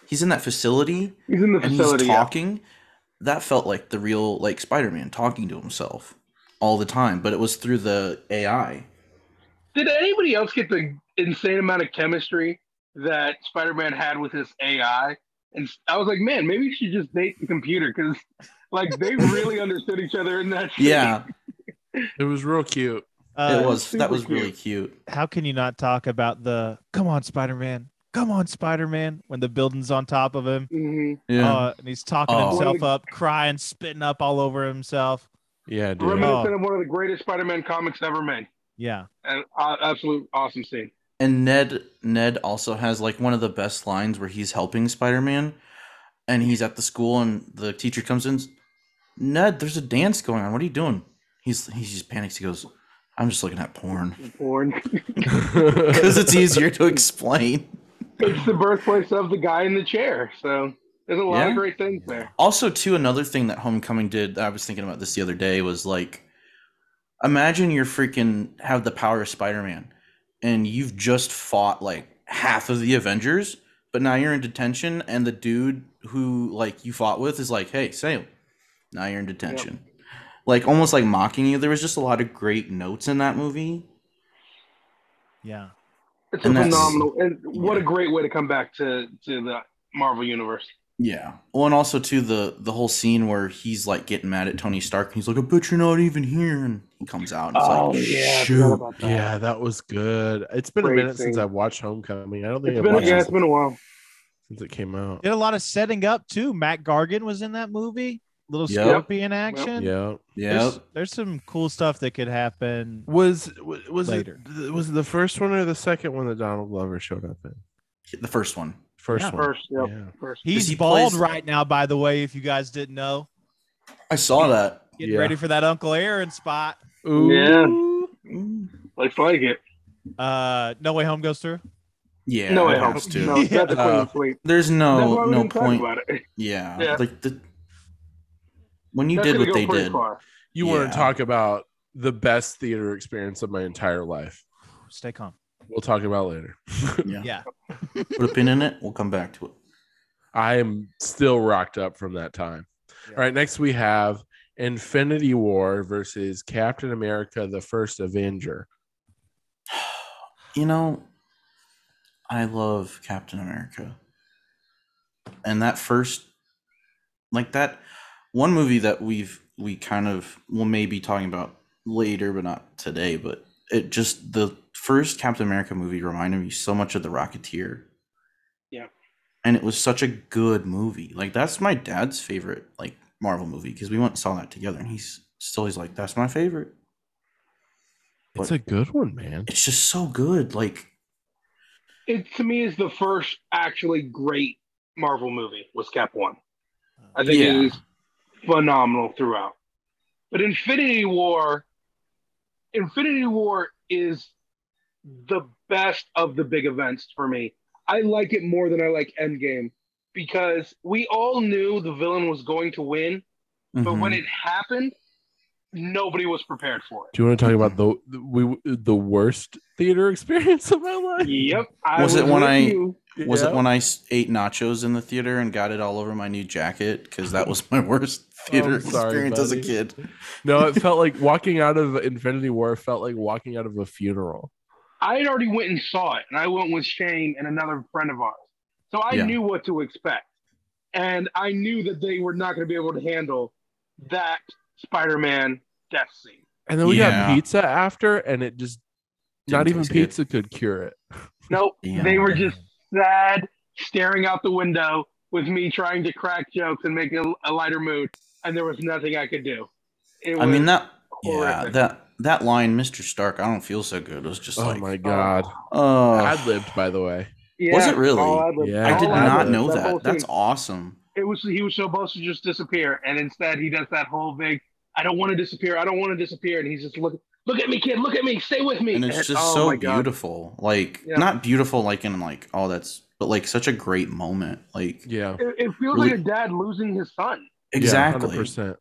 B: he's in that facility
D: He's in the
B: and
D: facility.
B: he's
D: yeah.
B: talking that felt like the real like spider-man talking to himself all the time but it was through the ai
D: Did anybody else get the insane amount of chemistry that Spider-Man had with his AI? And I was like, man, maybe you should just date the computer because, like,
B: [laughs]
D: they really understood each other in that. scene.
B: yeah
A: It was real cute.
C: Uh,
B: it was
D: super
B: that was really cute
C: How can you not talk about the come on, Spider Man? Come on, Spider Man, when the building's on top of him.
D: Mhm.
B: yeah
C: Uh, and he's talking
B: Oh.
C: himself up, crying, spitting up all over himself.
A: Yeah, dude. [laughs]
B: Oh.
D: Reminiscent of one of the greatest Spider-Man comics ever made.
C: Yeah.
D: An uh, absolute awesome scene.
B: and ned ned also has like one of the best lines where he's helping spider-man and he's at the school and the teacher comes in ned there's a dance going on what are you doing he's he just panics he goes i'm just looking at porn [laughs]
D: Born.
B: because it's easier to explain
D: it's the birthplace of the guy in the chair. So there's a lot
B: Yeah.
D: of great things there.
B: Also, too, another thing that Homecoming did, I was thinking about this the other day, was like, imagine you're freaking have the power of Spider Man and you've just fought like half of the Avengers, but now you're in detention and the dude who like you fought with is like, hey, Sam, now you're in detention. Like almost like mocking you. There was just a lot of great notes in that movie.
C: Yeah.
D: It's
B: And
D: a
B: that's-
D: phenomenal, and what a
B: yeah.
D: great way to come back to to the Marvel universe.
B: Yeah. Well, and also too the the whole scene where he's like getting mad at Tony Stark and he's like, "I bet you're not even here," and he comes out and it's like, "Shoot,
A: yeah, that was good. It's been
D: Great
A: a minute since
D: scene.
A: I've watched Homecoming. I don't think
D: It's
A: I've
D: been,
A: watched
D: yeah,
A: it
D: it's been a while.
A: since it came out.
C: Did a lot of setting up, too. Matt Gargan was in that movie. Little
B: Yep.
C: Scorpion action.
A: Yeah.
B: Yep.
C: There's, there's some cool stuff that could happen.
A: Was wa- was
C: Later.
A: it th- was it the first one or the second one that Donald Glover showed up in?
B: The first one.
A: First
C: Yeah.
A: one.
D: First, yep,
A: Yeah.
D: first.
C: He's
B: he
C: bald
B: plays-
C: right now, by the way, if you guys didn't know.
B: I saw that.
C: Getting
A: Yeah.
C: ready for that Uncle Aaron spot.
D: Yeah.
A: Ooh.
D: Looks like it.
C: Uh, No Way Home goes through.
B: Yeah.
D: no, it
B: it
D: helps
B: helps
D: too.
B: too.
D: No, that's a clean
A: Uh,
D: sweep.
B: There's
D: That's why
B: no
D: we
B: oh, no
D: didn't talk
B: point.
D: about it.
B: Yeah.
D: Yeah.
B: Like the when you
D: That's
B: did
D: gonna
B: what
D: go
B: they
D: pretty
B: did.
D: far.
A: You want
B: Yeah.
A: to talk about the best theater experience of my entire life?
C: Stay calm.
A: We'll talk about later.
B: Yeah.
C: Yeah.
B: Put a pin in it. We'll come back to it.
A: I am still rocked up from that time. All right, next we have Infinity War versus Captain America: The First Avenger.
B: You know, I love Captain America. And that first like that one movie that we've we kind of will maybe talking about later but not today, but it just the first Captain America movie reminded me so much of The Rocketeer.
D: Yeah.
B: And it was such a good movie. Like that's my dad's favorite like Marvel movie because we went and saw that together and he's still he's like that's my favorite
A: It's
B: What?
A: a good one, man.
B: it's just so good. Like,
D: It to me is the first actually great Marvel movie was Cap One. I think
B: Yeah.
D: it is phenomenal throughout. But Infinity War, Infinity War is the best of the big events for me. I like it more than I like Endgame because we all knew the villain was going to win, but when
B: Mm-hmm.
D: it happened, nobody was prepared for it.
A: Do you want to talk about the the- we the worst theater [laughs] experience of my
B: [laughs]
A: life?
D: Yep. I
B: Was it when
D: with
B: I-
D: you.
B: was
A: Yeah.
B: it when I s- ate nachos in the theater and got it all over my new jacket because that was [laughs] my worst theater
A: I'm Oh, sorry,
B: experience as a
A: buddy.
B: kid.
A: No, it felt like walking out of Infinity War felt like walking out of a funeral.
D: I had already went and saw it, and I went with Shane and another friend of ours. So I
B: Yeah.
D: knew what to expect. And I knew that they were not going to be able to handle that Spider Man death scene.
A: And then we
B: Yeah.
A: got pizza after, and it just
B: Didn't
A: not even
B: taste good.
A: pizza could cure it.
D: Nope.
B: Damn.
D: They were just sad, staring out the window with me trying to crack jokes and make a, a lighter mood. And there was nothing I could do. It was,
B: I mean that. Yeah,
D: horrific.
B: that that line, Mister Stark. I don't feel so good. Was just
A: oh
B: like,
A: my god!
B: oh,
A: Ad libbed, by the way.
D: yeah,
B: was it really?
D: all ad lib-
A: Yeah.
B: I
D: all
B: did
D: ad
B: not
D: lib,
B: know
D: whole
B: that. That's
D: scene.
B: awesome.
D: it was he was supposed to just disappear, and instead he does that whole big "I don't want to disappear, I don't want to disappear," and he's just look, look at me, kid, look at me, stay with me,
B: and it's just
D: oh my
B: so
D: God.
B: beautiful like
D: Yeah.
B: not beautiful like in like oh that's but like such a great moment like
A: Yeah,
D: It, it feels
B: Really-
D: like a dad losing his son.
B: exactly
A: Hundred percent.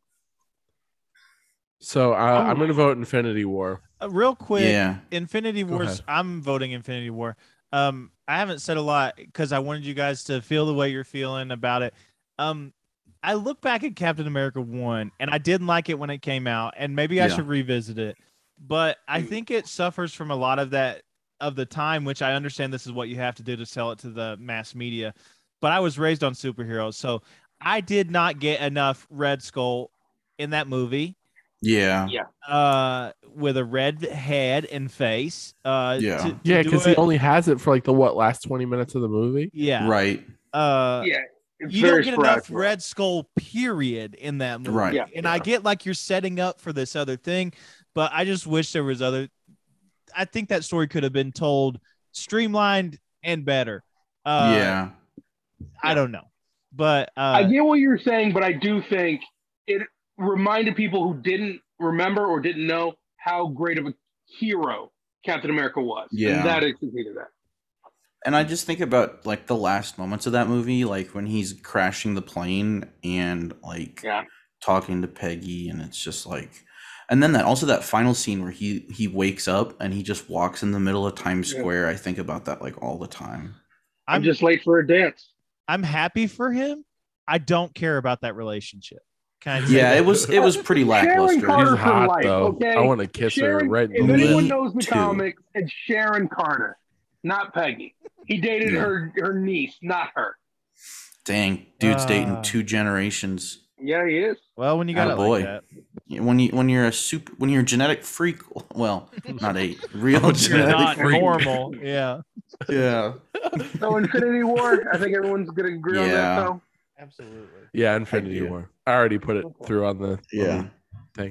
A: So I, I'm going to vote Infinity War.
C: Uh, real quick,
B: yeah
C: Infinity
A: Go
C: Wars.
A: ahead.
C: I'm voting Infinity War. Um, I haven't said a lot because I wanted you guys to feel the way you're feeling about it. Um, I look back at Captain America One, and I didn't like it when it came out, and maybe I
B: Yeah.
C: should revisit it. But I
A: Mm.
C: think it suffers from a lot of that of the time, which I understand this is what you have to do to sell it to the mass media. But I was raised on superheroes, so I did not get enough Red Skull in that movie
B: yeah
D: Yeah.
C: uh with a red head and face uh
B: Yeah.
C: to- to
A: Yeah,
C: do
A: because he
C: it-
A: only has it for like the what last 20 minutes of the movie.
C: yeah
B: right
C: uh
D: yeah, it's
C: you don't
D: very
C: get enough
D: sporadic.
C: red skull period in that movie
B: Right.
D: Yeah.
C: and i get like you're setting up for this other thing but i just wish there was other i think that story could have been told streamlined and better uh
B: yeah
C: i don't know but uh
D: I get what you're saying, but I do think it reminded people who didn't remember or didn't know how great of a hero Captain America was.
B: Yeah.
D: and that it succeeded that.
B: and i just think about like the last moments of that movie like when he's crashing the plane and like
D: Yeah.
B: talking to peggy and it's just like and then that also that final scene where he he wakes up and he just walks in the middle of times
D: Yeah.
B: square i think about that like all the time
D: I'm,
C: I'm-
D: just late for a dance.
C: i'm happy for him i don't care about that relationship kind of
B: yeah it was it was
D: [laughs]
B: pretty
D: Sharon
B: lackluster
D: Carter
A: He's
D: for
A: hot
D: life,
A: though.
D: okay?
A: I want to kiss
D: Sharon,
A: her right in
D: if
A: the
B: Me
D: anyone
A: lip.
D: knows the
B: too.
D: comics, it's Sharon Carter, not Peggy. He dated
B: Yeah.
D: her her niece, not her.
B: Dang, dude's
C: Ah.
B: dating two generations.
D: Yeah, he is.
C: well when you got it like
B: Attaboy. [laughs]
C: that
B: When you when you're a super when you're a genetic freak, well, not a
C: [laughs]
B: real
C: you're
B: genetic
C: not
B: freak.
C: normal yeah
B: Yeah,
D: So Infinity War, I think everyone's gonna agree on that
B: Yeah.
D: though.
C: Absolutely.
A: Yeah, Infinity
B: Idea.
A: War. I already put it through on the on the
B: yeah.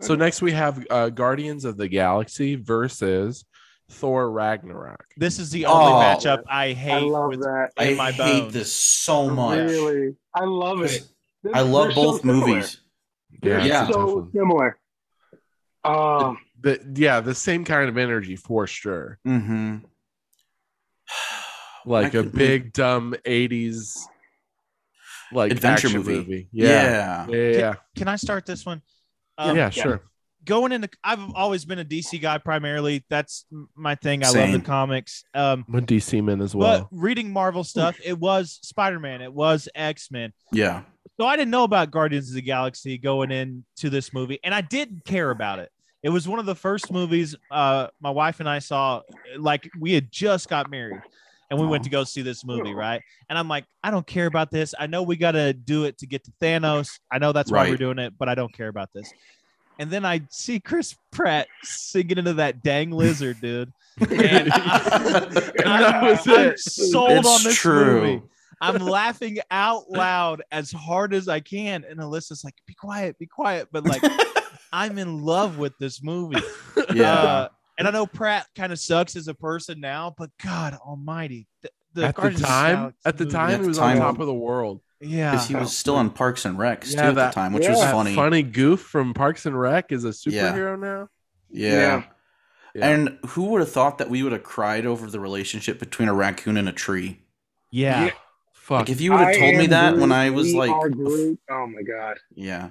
A: So next we have uh, Guardians of the Galaxy versus Thor Ragnarok.
C: This is the only
B: Oh.
C: matchup I hate.
D: I love
C: with-
D: that.
B: I
C: In my
B: hate
C: bones.
B: this so much.
D: Really. I love it.
B: I
D: They're
B: love
D: so
B: both
D: similar.
B: movies.
D: They're
B: Yeah.
D: so similar. Um,
A: The, yeah, the same kind of energy for sure.
B: Mm-hmm.
A: Like a
B: could-
A: big dumb '80s like
B: Adventure
A: action
B: movie.
A: Yeah,
B: Yeah.
A: yeah, yeah, yeah.
C: Can I start this one? Um,
A: Yeah, sure.
C: Going into, I've always been a DC guy primarily. That's m- my thing. I love
B: Same.
C: the comics. Um,
A: I'm a DC man as well.
C: But reading Marvel stuff, it was Spider Man, it was X Men.
B: yeah.
C: So I didn't know about Guardians of the Galaxy going into this movie, and I didn't care about it. It was one of the first movies uh, my wife and I saw. Like we had just got married, and we went to go see this movie, right? And I'm like, I don't care about this. I know we got to do it to get to Thanos. I know that's why we're
B: Right.
C: doing it, but I don't care about this. And then I see Chris Pratt singing into that dang lizard, dude.
B: [laughs]
C: And I-
A: That was
C: I'm
A: it.
C: sold on
B: It's
C: this
B: true.
C: movie. I'm laughing out loud as hard as I can. And Alyssa's like, be quiet, be quiet. But
B: [laughs]
C: like, I'm in love with this movie.
B: Yeah.
C: Uh, and I know Pratt kind of sucks as a person now, but God almighty. The, the
A: at the
C: Guardians of
A: time,
C: Galaxy
A: at the
C: movie-
A: time,
B: At
A: it
B: the
A: was
B: time.
A: on top of the world.
C: Yeah.
B: Because he was still on Parks and Recs
A: Yeah,
B: too at
A: that-
B: the time, which
D: yeah.
B: was
A: That
B: funny.
A: funny goof from Parks and Rec is a
B: Yeah.
A: superhero now.
B: Yeah.
A: Yeah.
B: And who would have thought that we would have cried over the relationship between a raccoon and a tree?
C: Yeah.
D: Yeah.
A: Fuck.
B: Like if you would have
D: I
B: told me
D: am
B: that when
D: Groot,
B: I was
D: we
B: like
D: are
B: a
D: Groot. oh my god,
B: Yeah.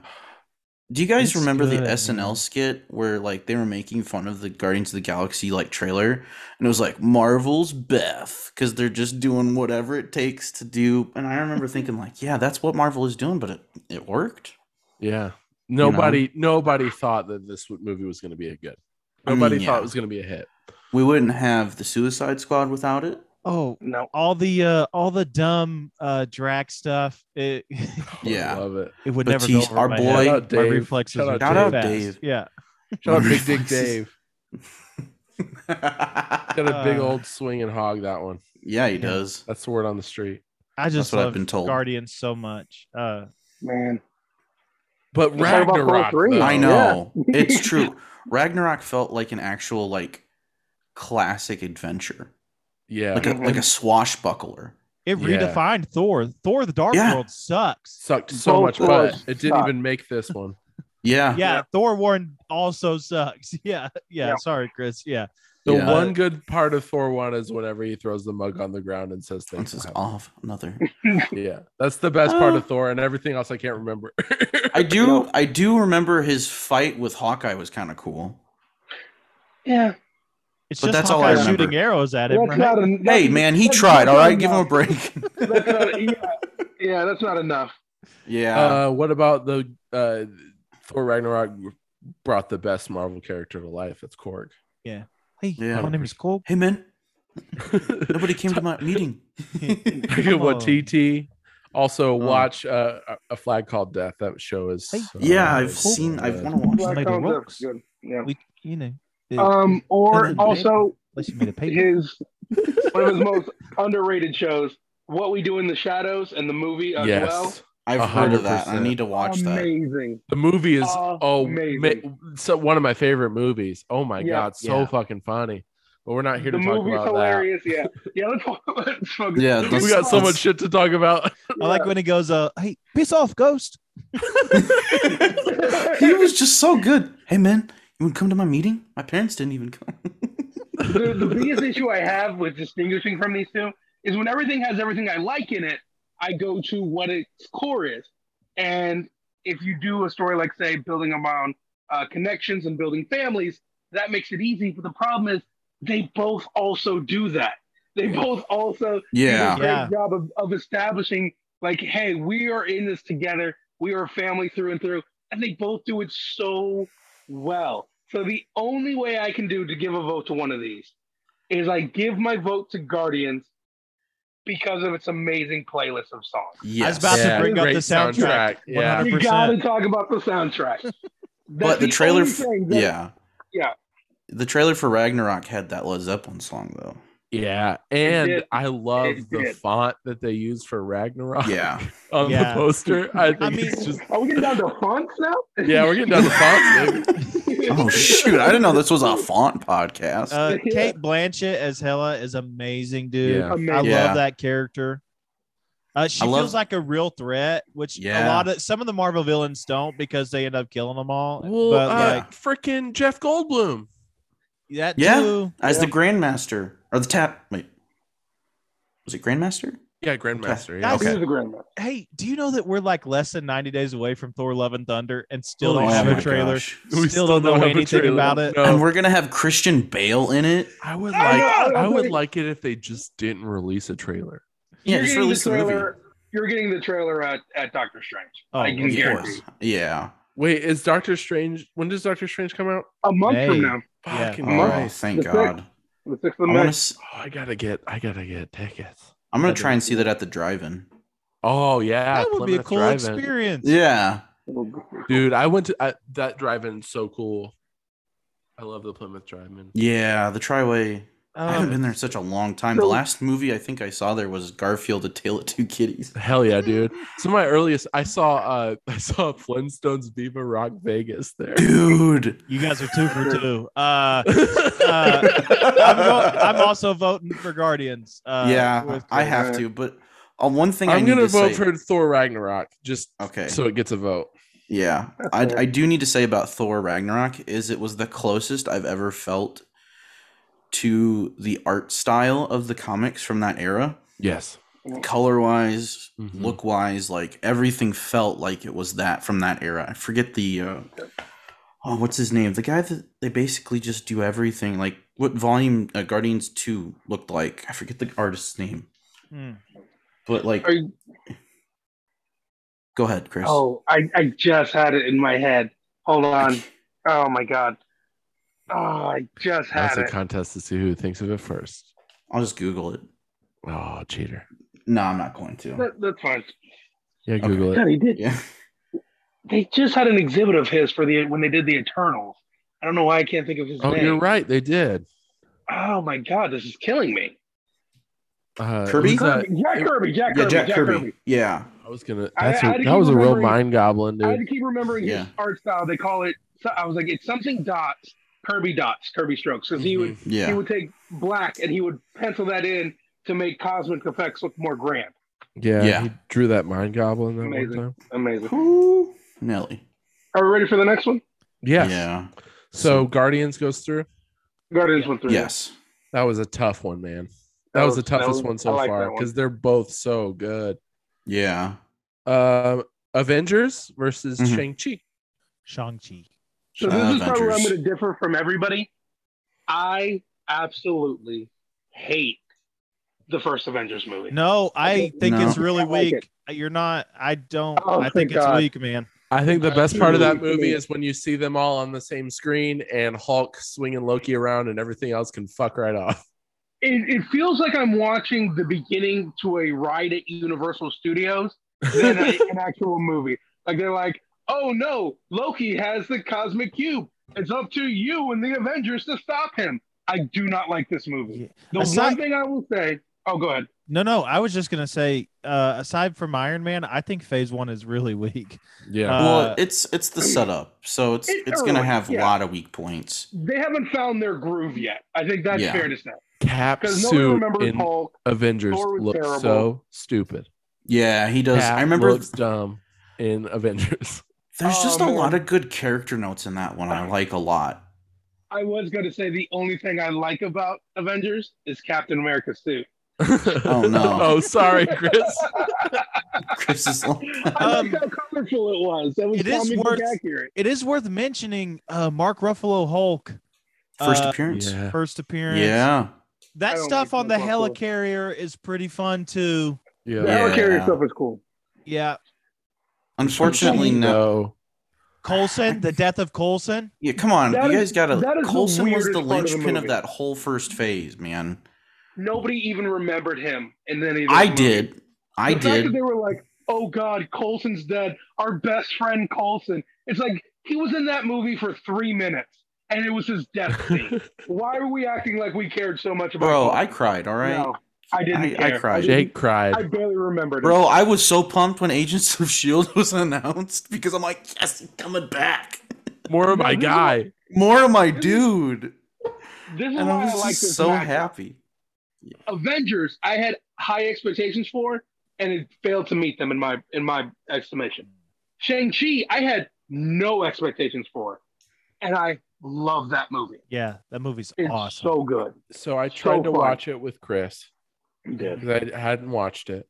B: Do you guys
C: It's
B: remember
C: good,
B: the SNL
C: man.
B: skit where like they were making fun of the Guardians of the Galaxy like trailer and it was like Marvel's Beth cuz they're just doing whatever it takes to do and I remember thinking like yeah that's what Marvel is doing but it it worked.
A: Yeah. Nobody nobody thought that this w- movie was going to be a good.
B: I mean,
A: Nobody
B: yeah.
A: thought it was going to be a hit.
B: We wouldn't have the Suicide Squad without it.
C: Oh,
D: No.
C: all the uh, all the dumb uh, Drac stuff. It [laughs]
A: I
B: [laughs] Yeah.
A: love
B: [laughs]
A: it.
C: it would
B: Batiste,
C: never go over
B: our
C: my
B: boy.
C: head.
A: Shout out
C: My
A: Dave.
C: reflexes
A: Shout
C: are
A: out
C: too
B: Dave. Shout out
C: fast.
B: Dave.
C: Yeah.
A: Shout out Big Dick
B: Reflexes.
A: Dave. Got a
C: Uh.
A: big old swinging hog that one.
B: [laughs] yeah, he does.
A: That's the word on the street.
C: I just
B: what I've
C: love
B: been told.
C: Guardians so much. Uh,
D: man.
A: But
D: Let's talk about Thor
A: Ragnarok.
D: three.
A: though.
B: I
D: Yeah.
B: know. it's true. Ragnarok felt like an actual like classic adventure.
A: Yeah.
B: Like a like a swashbuckler.
C: it
A: Yeah.
C: redefined Thor. Thor: The Dark
B: Yeah.
C: World sucks.
A: Sucked so
D: Both
A: much
D: Thors
A: butt. It didn't
D: suck.
A: even make this one.
B: Yeah.
C: Yeah, Thor: Warren also sucks. [laughs] Yeah, yeah.
D: Yeah.
C: Sorry, Chris. Yeah,
A: The
B: Yeah.
A: one good part of Thor 1 is whenever he throws the mug on the ground and says
B: Once
A: things.
B: is
A: happen.
B: off another.
A: Yeah. That's the best part
D: Ah.
B: Uh.
A: of Thor and everything else I can't remember. [laughs]
B: I do I do remember his fight with Hawkeye was kind of cool.
D: Yeah.
C: it's
B: But
C: just
B: that's all I
C: Hawkeye
B: remember.
C: shooting arrows at him.
D: That's
C: right?
D: not a, that's-
B: Hey man, he
D: that's
B: tried.
D: not
B: All right,
D: enough.
B: give him a break. [laughs]
D: That's not- yeah, yeah, that's not enough.
B: yeah.
A: uh, what about the uh, Thor Ragnarok brought the best Marvel character to life? That's Korg. [laughs]
C: hey,
B: Yeah.
C: my name is Cole.
B: hey man, nobody came to [laughs] my meeting.
A: Taika
C: Oh.
A: Waititi.
B: Oh.
A: Also, watch uh, A- A Flag Called Death. That show is.
C: Hey.
A: so
B: yeah, I've
A: good.
B: seen I've [laughs] wanna watch that.
D: Black
C: made the
D: Panther,
C: ropes.
D: good. Yeah.
C: We, you know, it-
D: Um, or
C: Doesn't
D: also
C: unless you made a paper.
D: his one of his most underrated shows, What We Do in the Shadows, and the movie as
A: Yes.
D: well.
B: I've
A: A
B: heard
A: hundred
B: of that. I
A: percent.
B: need to watch that.
D: Amazing.
A: The movie is oh
D: Amazing.
A: ma- so one of my favorite movies. Oh my
D: Yeah.
A: god, so
C: Yeah.
A: fucking funny. But we're not here
D: the
A: to talk
D: movie's
A: about
D: hilarious. Yeah, yeah. Let's, [laughs] let's fucking,
B: Yeah,
A: that.
B: Let's-
A: we got so
B: let's-
A: much shit to talk about.
C: I like when he goes, "Uh, hey, piss off,
D: [laughs]
C: ghost."
B: [laughs] he was just so good. Hey man, you would come to my meeting? My parents didn't even come. [laughs]
D: the, the biggest issue I have with distinguishing from these two is when everything has everything I like in it, I go to what its core is. And if you do a story like, say, building around uh, connections and building families, that makes it easy. But the problem is they both also do that. They both also
B: yeah.
D: do a great
C: Yeah.
D: job of, of establishing, like, hey, we are in this together. We are a family through and through. And they both do it so well. So the only way I can do to give a vote to one of these is I give my vote to Guardians because of its amazing playlist of songs.
B: Yes.
C: about to bring up
A: Great
C: the soundtrack.
A: Yeah.
C: 100%.
D: You gotta talk about the soundtrack. That's
B: but the, trailer,
D: only
B: f-
D: thing that-
B: yeah,
D: Yeah.
B: the trailer for Ragnarok had that Led Zeppelin song though. [laughs]
A: Yeah, and
D: did.
A: I love
D: It
A: the
D: did.
A: font that they use for Ragnarok.
B: Yeah,
A: [laughs] on
C: Yeah.
A: the poster. I think
C: I
A: it's
C: mean-
A: just
D: Are we getting down to fonts now? [laughs]
A: yeah, we're getting down to fonts. [laughs] Baby.
B: [laughs] oh shoot, I didn't know this was a font podcast.
C: Uh,
D: Yeah.
C: Kate Blanchett as Hela is amazing, dude.
A: Yeah.
C: I
D: Amazing.
B: Yeah.
C: love that character. Uh, she
B: I love-
C: feels like a real threat, which a
B: Yeah.
C: lot of some of the Marvel villains don't because they end up killing them all.
A: Well,
C: but
A: uh,
C: like
A: freaking Jeff Goldblum.
C: that
B: Yeah.
C: too.
B: As the Grandmaster or the tap, wait, was it Grandmaster?
A: Yeah, Grandmaster. Yeah.
C: Guys,
D: He was a grandma.
C: Hey, do you know that we're like less than ninety days away from Thor: Love and Thunder, and still
A: Oh
C: don't have
A: my
C: a trailer?
B: gosh.
A: [laughs] We
C: still don't know
A: have a
C: anything
A: trailer.
C: about it.
A: No.
B: And we're gonna have Christian Bale in it.
A: I would
D: I
A: like.
D: know, I
A: I
D: know,
A: would
D: but-
A: like it if they just didn't release a trailer.
B: Yeah,
D: you're
B: just
D: getting the
B: release the movie.
D: trailer. You're getting the trailer at, at Doctor Strange.
C: Oh,
D: I can
C: of
D: guarantee.
B: Yes. Yeah.
A: Wait, is Doctor Strange? When does Doctor Strange come out?
D: A month
C: Hey.
D: from now,
C: Yeah.
A: Fucking
B: Oh,
A: Christ.
B: thank
D: The sec-
B: God.
D: the sixth
B: I
D: of May.
B: want to.
A: Oh, I gotta get. I gotta get tickets.
B: I'm gonna try and see that at the drive-in.
A: Oh yeah,
C: that would be a
A: Plymouth
C: cool
A: Drive-In.
C: experience.
B: Yeah.
A: dude. I went to I, that drive-in. So cool. I love the Plymouth Drive-in.
B: Yeah. The Triway. I haven't
C: Um,
B: been there in such a long time. The
D: so-
B: last movie I think I saw there was Garfield: A Tale of Two Kitties.
A: Hell yeah, dude. Some of my earliest. I saw. Uh, [laughs] I saw Flintstones Viva Rock Vegas there.
B: Dude.
C: you guys are
B: [laughs]
C: two for two.
A: [laughs]
C: Uh, uh, I'm, go- I'm also voting for Guardians. Uh,
B: yeah,
C: with
B: I
C: Chris.
B: have to. But uh, one thing i
A: I'm
B: need
A: gonna
B: to
A: vote
B: say,
A: for Thor Ragnarok. Just
B: Okay.
A: so it gets a vote.
B: [laughs] Yeah, I, I do need to say about Thor Ragnarok is it was the closest I've ever felt to the art style of the comics from that era,
A: Yes.
B: color wise,
A: Mhm.
B: look wise, like everything felt like it was that from that era. I forget the uh, oh, what's his name? The guy that they basically just do everything like what volume uh, Guardians Two looked like. I forget the artist's name,
C: Hmm.
B: but like
D: Are you-
B: Go ahead, Chris.
D: Oh, I, I just had it in my head. Hold on. Oh my god. Oh, I just
A: That's
D: had
A: a
D: it.
A: contest to see who thinks of it first.
B: I'll just Google it.
A: Oh, cheater.
B: No, I'm not going to.
D: That- that's fine.
A: Yeah,
B: Okay.
A: Google
D: God,
A: it.
D: he
B: [laughs]
D: did.
B: Yeah.
D: They just had an exhibit of his for the when they did the Eternals. I don't know why I can't think of his
A: Oh,
D: name.
A: you're right. They did.
D: Oh my god, this is killing me.
A: Uh,
B: Kirby?
A: who's that?
D: Kirby, Jack Kirby, Jack
B: Yeah,
D: Kirby,
B: Jack Kirby. Yeah.
A: I was gonna.
D: I-
A: That's
D: I
A: a
D: had to
A: that
D: keep
A: was a real
D: remembering-
A: mind goblin,
D: I
A: dude.
D: had to keep remembering
B: Yeah.
D: his art style. They call it. so- I was like, it's something dots, Kirby dots, Kirby strokes, because he would he
B: Mm-hmm. Yeah.
D: would take black and he would pencil that in to make cosmic effects look more grand.
A: Yeah,
B: Yeah.
A: he drew that mind goblin that
D: Amazing.
A: one time.
D: Amazing.
B: Ooh, Nelly.
D: Are we ready for the next one?
A: Yes.
B: Yeah.
A: So Guardians goes through.
D: Guardians one through.
B: Yes.
A: That was a tough one, man. That was the toughest one so
D: I like
A: far
D: that one.
A: because they're both so good.
B: Yeah.
A: Um, Avengers versus
B: Mhm.
A: Shang Chi.
C: Shang-Chi.
D: So this
B: Uh,
D: is probably where I'm
B: Avengers.
D: going to differ from everybody. I absolutely hate the first Avengers movie.
C: No, I think
B: No.
C: it's really
D: I like
C: weak. Uh, You're not. I don't.
D: Oh,
C: I think
D: thank
C: it's
D: God.
C: weak, man.
A: I think the best part of that
D: Absolutely.
A: movie is when you see them all on the same screen and Hulk swinging Loki around and everything else can fuck right
D: [laughs]
A: off.
D: It, it feels like I'm watching the beginning to a ride at Universal Studios
A: [laughs]
D: than a, an actual movie. Like they're like, oh no, Loki has the cosmic cube. It's up to you and the Avengers to stop him. I do not like this movie.
C: Yeah.
D: The one
C: Aside-
D: thing I will say, oh, go ahead.
C: No, no. I was just gonna say. Uh, aside from Iron Man, I think Phase One is really [laughs] weak.
A: Yeah.
C: Uh,
B: well, it's it's the setup, so it's
D: it
B: it's gonna
D: early,
B: have a
D: yeah.
B: lot of weak points.
D: They haven't found their groove yet. I think that's
B: Yeah.
D: fair to say.
A: Cap
D: Because no one
A: suit
D: remembers
A: in
D: Hulk.
A: Avengers
D: Thor was
A: looks
D: terrible.
A: so stupid.
B: Yeah, he does.
A: Cap
B: I remember
A: looks dumb in Avengers.
B: there's just
D: Oh,
B: a
D: man.
B: lot of good character notes in that one. I like a
D: [laughs]
B: lot.
D: I was going to say the only thing I like about Avengers is Captain America's suit.
A: oh
B: no.
A: [laughs] oh, sorry, Chris.
B: Chris [laughs] is like,
D: I
C: Um,
D: liked how colorful it was. That was
C: it is
D: comically
C: worth-
D: accurate.
C: It is worth mentioning. Uh, Mark Ruffalo Hulk.
B: first
C: uh,
B: appearance. Yeah.
A: Yeah.
C: First appearance.
D: I
C: That
D: don't
C: stuff
D: like
C: on the
D: Mark Ruffalo.
C: helicarrier is pretty fun too.
A: Yeah.
D: The Helicarrier
B: Yeah.
D: stuff is cool.
C: Yeah.
B: Unfortunately, no.
A: no.
C: Colson, the death of Colson.
B: Yeah, come on.
D: That
B: you
D: is-
B: guys gotta.
D: that is the
B: Coulson was the
D: weirdest part of the
B: linchpin of
D: movie.
B: that whole first phase, man.
D: Nobody even remembered him. And then he
B: I did. I
D: the Fact that
B: did.
D: they were like, "Oh God, Colson's dead. Our best friend Colson." It's like he was in that movie for three minutes, and it was his
B: [laughs]
D: death scene. Why are we acting like we cared so much about?
B: Bro,
D: Coulson?
B: I cried, all right?
D: No, I didn't
B: I- I
D: care.
B: cried.
D: didn't-
A: Jake cried.
D: I barely remembered. it.
B: Bro, I was so pumped when Agents of S.H.I.E.L.D. E was [laughs] announced because I'm like, yes, he's coming back.
A: More of my
D: No, this is
A: guy.
B: More of my dude.
D: this is
B: And
D: why
B: I
D: I
B: was
D: like
B: just
D: this
B: so
D: matchup.
B: happy.
D: Avengers, I had high expectations for, and it failed to meet them in my in my estimation. Shang Chi, I had no expectations for, and I love that movie.
C: Yeah, that movie's
D: It's
C: awesome.
D: so good.
A: So I
D: So
A: tried to
D: fun.
A: watch it with Chris
D: Did.
A: because I hadn't watched it.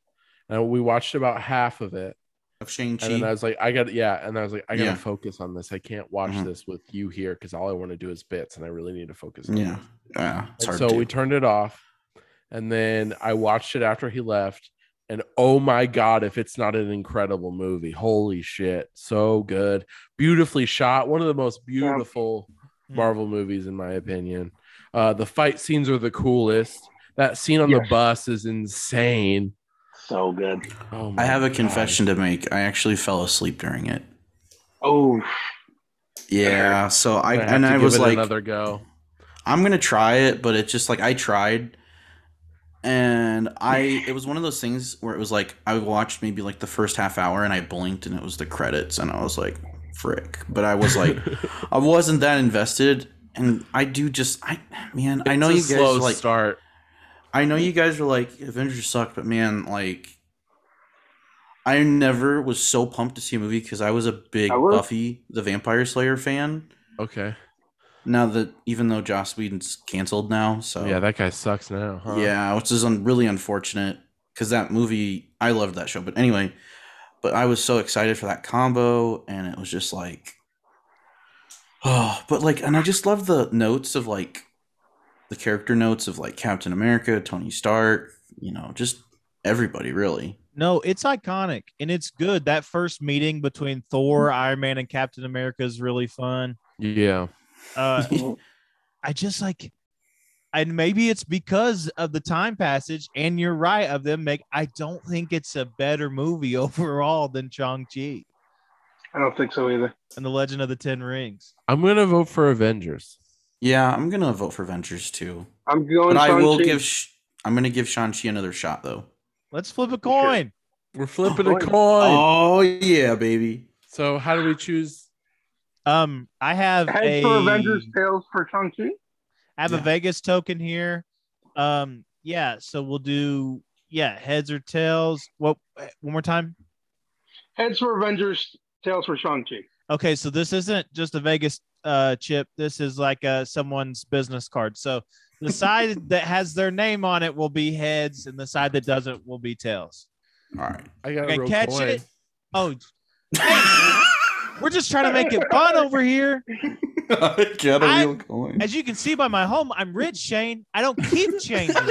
A: And we watched about half of it.
B: Of Shang-Chi.
A: And then I was like, I got yeah. And I was like, I gotta
B: Yeah.
A: focus on this. I can't watch
B: Mhm.
A: this with you here because all I want to do is bits and I really need to focus on
B: yeah.
A: this.
B: Yeah. It's
A: And
B: hard
A: so
B: to.
A: we turned it off. And then I watched it after he left. And oh my God, if it's not an incredible movie. Holy shit. So good. Beautifully shot. One of the most beautiful
C: Mm.
A: Marvel movies, in my opinion. Uh, the fight scenes are the coolest. That scene on the
D: Yes.
A: bus is insane.
D: So good.
A: Oh my
B: I have a
A: God.
B: confession to make. I actually fell asleep during it.
D: Oh,
B: Yeah. So I,
A: I have
B: and
A: to
B: I
A: give
B: was
A: it
B: like,
A: another go.
B: I'm gonna try it, but it's just like I tried, and
A: [laughs]
B: I it was one of those things where it was like I watched maybe like the first half hour and I blinked and it was the credits and I was like, frick. But I was
A: [laughs]
B: like, I wasn't that invested, and I do just I man I know you
A: It's a
B: guys
A: slow
B: are like
A: start.
B: I know you guys are like Avengers sucked, but man like. I never was so pumped to see a movie because I was a big
D: I was-
B: Buffy the Vampire Slayer fan.
A: Okay.
B: Now that even though Joss Whedon's canceled now, so
A: Yeah, that guy sucks now. Huh?
B: Oh. Yeah, which is un- really unfortunate because that movie, I loved that show. But anyway, but I was so excited for that combo, and it was just like, [sighs] oh, but like, and I just love the notes of like the character notes of like Captain America, Tony Stark, you know, just everybody really.
C: No, it's iconic and it's good. That first meeting between Thor, Iron Man, and Captain America is really fun.
A: Yeah.
C: Uh,
D: [laughs]
C: I just like, and maybe it's because of the time passage. And you're right of them make. I don't think it's a better movie [laughs] overall than Chang Chi
D: I don't think so either.
C: and the Legend of the Ten Rings.
A: I'm gonna vote for Avengers.
B: Yeah, I'm gonna vote for Ventures too,
D: I'm going.
B: but I will
D: Shang-Chi.
B: give. Sh- I'm gonna give Shang Chi another shot though.
C: Let's flip a coin.
A: We're flipping a
D: Coin.
A: coin.
B: Oh yeah, baby.
A: So how do we choose?
C: Um, I have
D: Head
C: a
D: for Avengers, tails for Shang Chi.
C: I have a
B: Yeah.
C: Vegas token here. Um, yeah, so we'll do yeah, heads or tails. What one more time?
D: Heads for Avengers, tails for Shang Chi.
C: Okay, so this isn't just a Vegas uh chip. This is like uh someone's business card. So
A: [laughs]
C: the side that has their name on it will be heads, and the side that doesn't will be tails.
B: All right. [laughs]
A: I got
C: Okay,
A: a real
C: catch
A: coin.
C: it. Oh, we're just trying to make it fun over here.
B: Get a
C: I-
B: real coin.
C: As you can see by my home, I'm rich, Shane. I don't keep change.
A: [laughs]
C: around.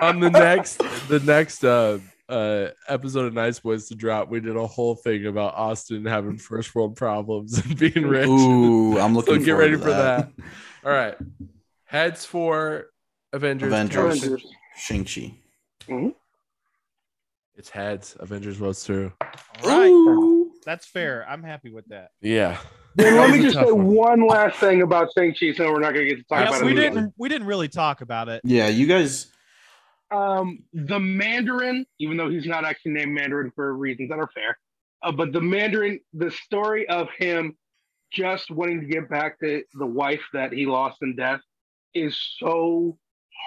A: On the next, the next uh, uh, episode of Nice Boys to drop, we did a whole thing about Austin having first world problems and being rich.
B: Ooh, I'm looking.
A: so get
B: forward
A: ready
B: to
A: for that. All right, heads for Avengers.
B: Avengers.
A: tails-
D: Avengers.
B: Shang Chi.
A: It's heads. Avengers votes through.
C: All right,
B: Ooh.
C: that's fair. I'm happy with that.
A: Yeah.
D: Then
A: That
D: let
A: was
D: me
A: a
D: just
A: tough
D: say
A: one.
D: one last thing about Shang Chi, so we're not going to get to talk
C: Yeah,
D: about
C: we
D: it.
B: Absolutely.
C: didn't we didn't really talk about it.
B: Yeah, you guys.
D: um, the Mandarin, even though he's not actually named Mandarin for reasons that are fair, uh, but the Mandarin, the story of him just wanting to get back to the wife that he lost in death is so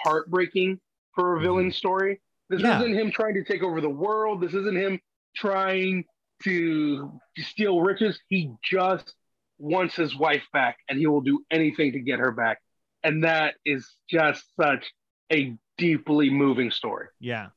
D: heartbreaking for a villain story. This
C: Yeah.
D: isn't him trying to take over the world. This isn't him trying to steal riches. He just wants his wife back and he will do anything to get her back. And that is just such a deeply moving story.
C: Yeah.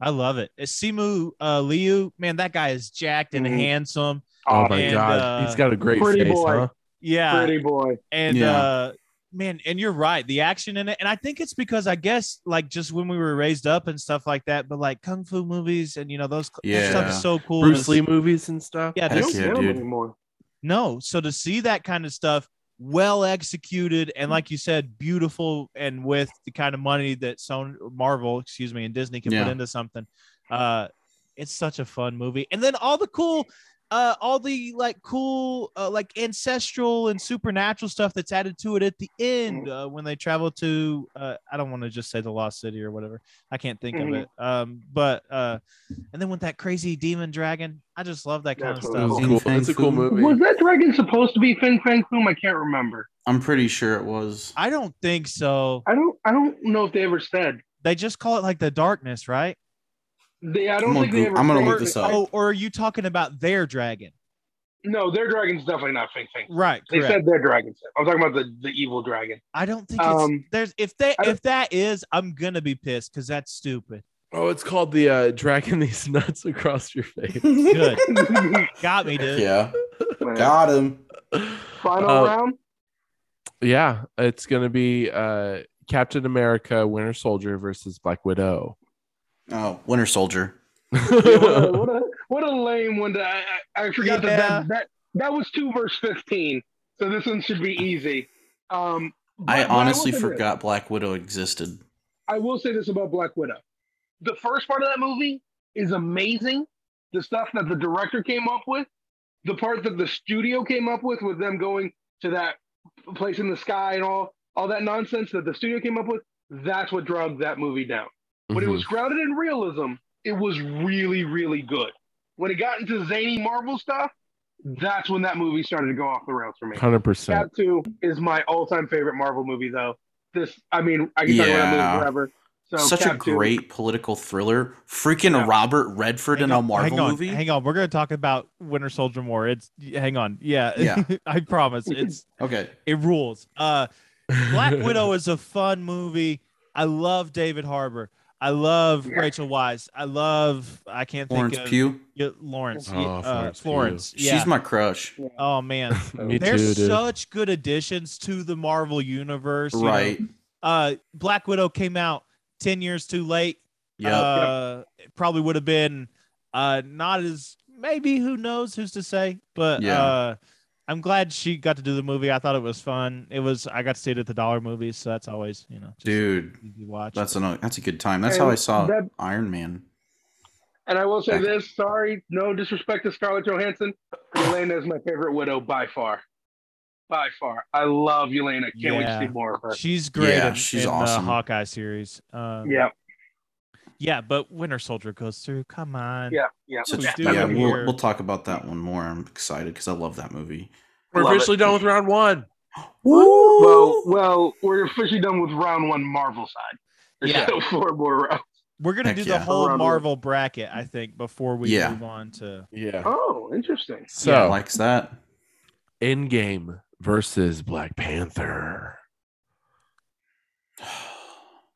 C: I love it. Uh, Simu uh, Liu, man, that guy is jacked and
D: Mhm.
C: handsome.
A: Oh my
C: And,
A: god,
C: uh,
A: he's got a great
D: Pretty
A: face,
D: boy.
A: huh?
C: Yeah.
D: Pretty boy.
C: And
B: Yeah.
C: uh man, and you're right. The action in it. And I think it's because I guess like just when we were raised up and stuff like that, but like kung fu movies and you know those yeah.
B: Yeah.
C: stuff is so cool.
A: Bruce
C: to-
A: Lee movies and stuff.
C: Yeah,
D: I
C: there's
D: don't
B: yeah,
D: get him
B: dude.
D: anymore.
C: No. So to see that kind of stuff well executed and like you said, beautiful and with the kind of money that Sony Marvel, excuse me, and Disney can put
B: Yeah.
C: into something. Uh it's such a fun movie. And then all the cool uh all the like cool uh, like ancestral and supernatural stuff that's added to it at the end uh, when they travel to uh I don't want to just say the lost city or whatever. I can't think of
D: Mhm.
C: it. Um but uh and then with that crazy demon dragon, I just love that kind
D: That's
C: of
D: what it
C: stuff.
D: was.
A: Cool. That's a cool movie.
D: Was that dragon supposed to be Fin Fang Foom? I can't remember.
B: I'm pretty sure it was.
C: I don't think so.
D: I don't. I don't know if they ever said.
C: They just call it like the darkness, right?
D: They, I don't
B: I'm gonna
D: think they
B: Google-
D: ever.
B: I'm gonna
D: said-
B: look this up.
C: Oh, or are you talking about their dragon?
D: No, their dragon's definitely not Fin Fang.
C: Right,
D: They
C: correct.
D: said their dragon. I'm talking about the, the evil dragon.
C: I don't think it's
D: Um,
C: there's if they
D: I don't-
C: if that is, I'm gonna be pissed because that's
D: [laughs]
C: stupid.
A: Oh, it's called the uh, dragging these nuts across your face.
D: [laughs]
C: Good. Got me, dude.
B: yeah, got him.
D: Final
A: Uh,
D: round.
A: Yeah, it's gonna be uh, Captain America, Winter Soldier versus Black Widow.
B: Oh, Winter Soldier.
D: Yeah, what, a, what, a, what a lame one! To, I, I I forgot
C: Yeah.
D: that, that that that was two verse fifteen. So this one should be easy. Um, but-
B: I
D: but will
B: honestly
D: say this.
B: forgot Black Widow existed.
D: I will say this about Black Widow. The first part of that movie is amazing. The stuff that the director came up with, the part that the studio came up with, with them going to that place in the sky and all, all that nonsense that the studio came up with, that's what dragged that movie down. When
A: Mm-hmm.
D: it was grounded in realism, it was really, really good. When it got into zany Marvel stuff, that's when that movie started to go off the rails for me.
A: hundred percent.
D: Cap Two is my all-time favorite Marvel movie, though. This, I mean, I can talk about that
B: Yeah.
D: movie forever. So
B: Such a
D: Cap Two.
B: great political thriller. Freaking
D: Yeah.
B: Robert Redford in a Marvel
C: hang on,
B: movie.
C: Hang on, we're gonna talk about Winter Soldier more. It's hang on, yeah,
B: Yeah.
C: [laughs] I promise, it's
B: Okay.
C: it rules. Uh, Black Widow is a fun movie. I love David Harbour. I love
D: Yeah.
C: Rachel Weisz. I love I can't
B: Lawrence
C: think of
B: Pugh.
C: Yeah, Lawrence.
A: Oh,
C: yeah, uh,
A: Florence
C: Florence.
A: Pugh.
C: Yeah.
B: She's my crush. [laughs]
C: oh man.
A: [laughs] Me
C: They're
A: too, dude.
C: such good additions to the Marvel universe. you know.
B: Right.
C: Uh Black Widow came out ten years too late.
B: Yeah.
C: Uh, it probably would have been uh, not as maybe who knows who's to say, but
B: Yeah.
C: uh, I'm glad she got to do the movie. I thought it was fun. It was I got to see it at the dollar movies, so that's always you know just
B: Dude,
C: easy to watch.
B: that's an that's a good time. That's
D: And
B: how I saw
D: that-
B: Iron Man.
D: And I will say
B: Okay.
D: this: sorry, no disrespect to Scarlett Johansson. Yelena is my favorite widow by far, by far. I love Yelena. Can't wait
C: Yeah.
D: to see more of her.
C: she's great.
B: Yeah,
C: in,
B: she's
C: in
B: awesome.
C: The Hawkeye series. Um,
D: Yeah,
C: yeah, but Winter Soldier goes through. Come on.
D: yeah, yeah.
B: Such-
C: we do
B: yeah,
C: have
B: we'll,
C: here-
B: we'll talk about that one more. I'm excited because I love that movie.
A: We're
D: Love it.
A: officially done with round one.
B: Woo!
D: [laughs] Well, well, we're officially done with round one Marvel side. There's
C: Yeah.
D: still four more rounds.
C: We're gonna
B: Heck
C: do
B: yeah.
C: the whole
D: Around-
C: Marvel bracket, I think, before we
B: Yeah.
C: move on to
A: Yeah.
D: Oh, interesting.
A: So,
B: yeah, likes
A: [laughs]
B: that.
A: Endgame versus Black Panther.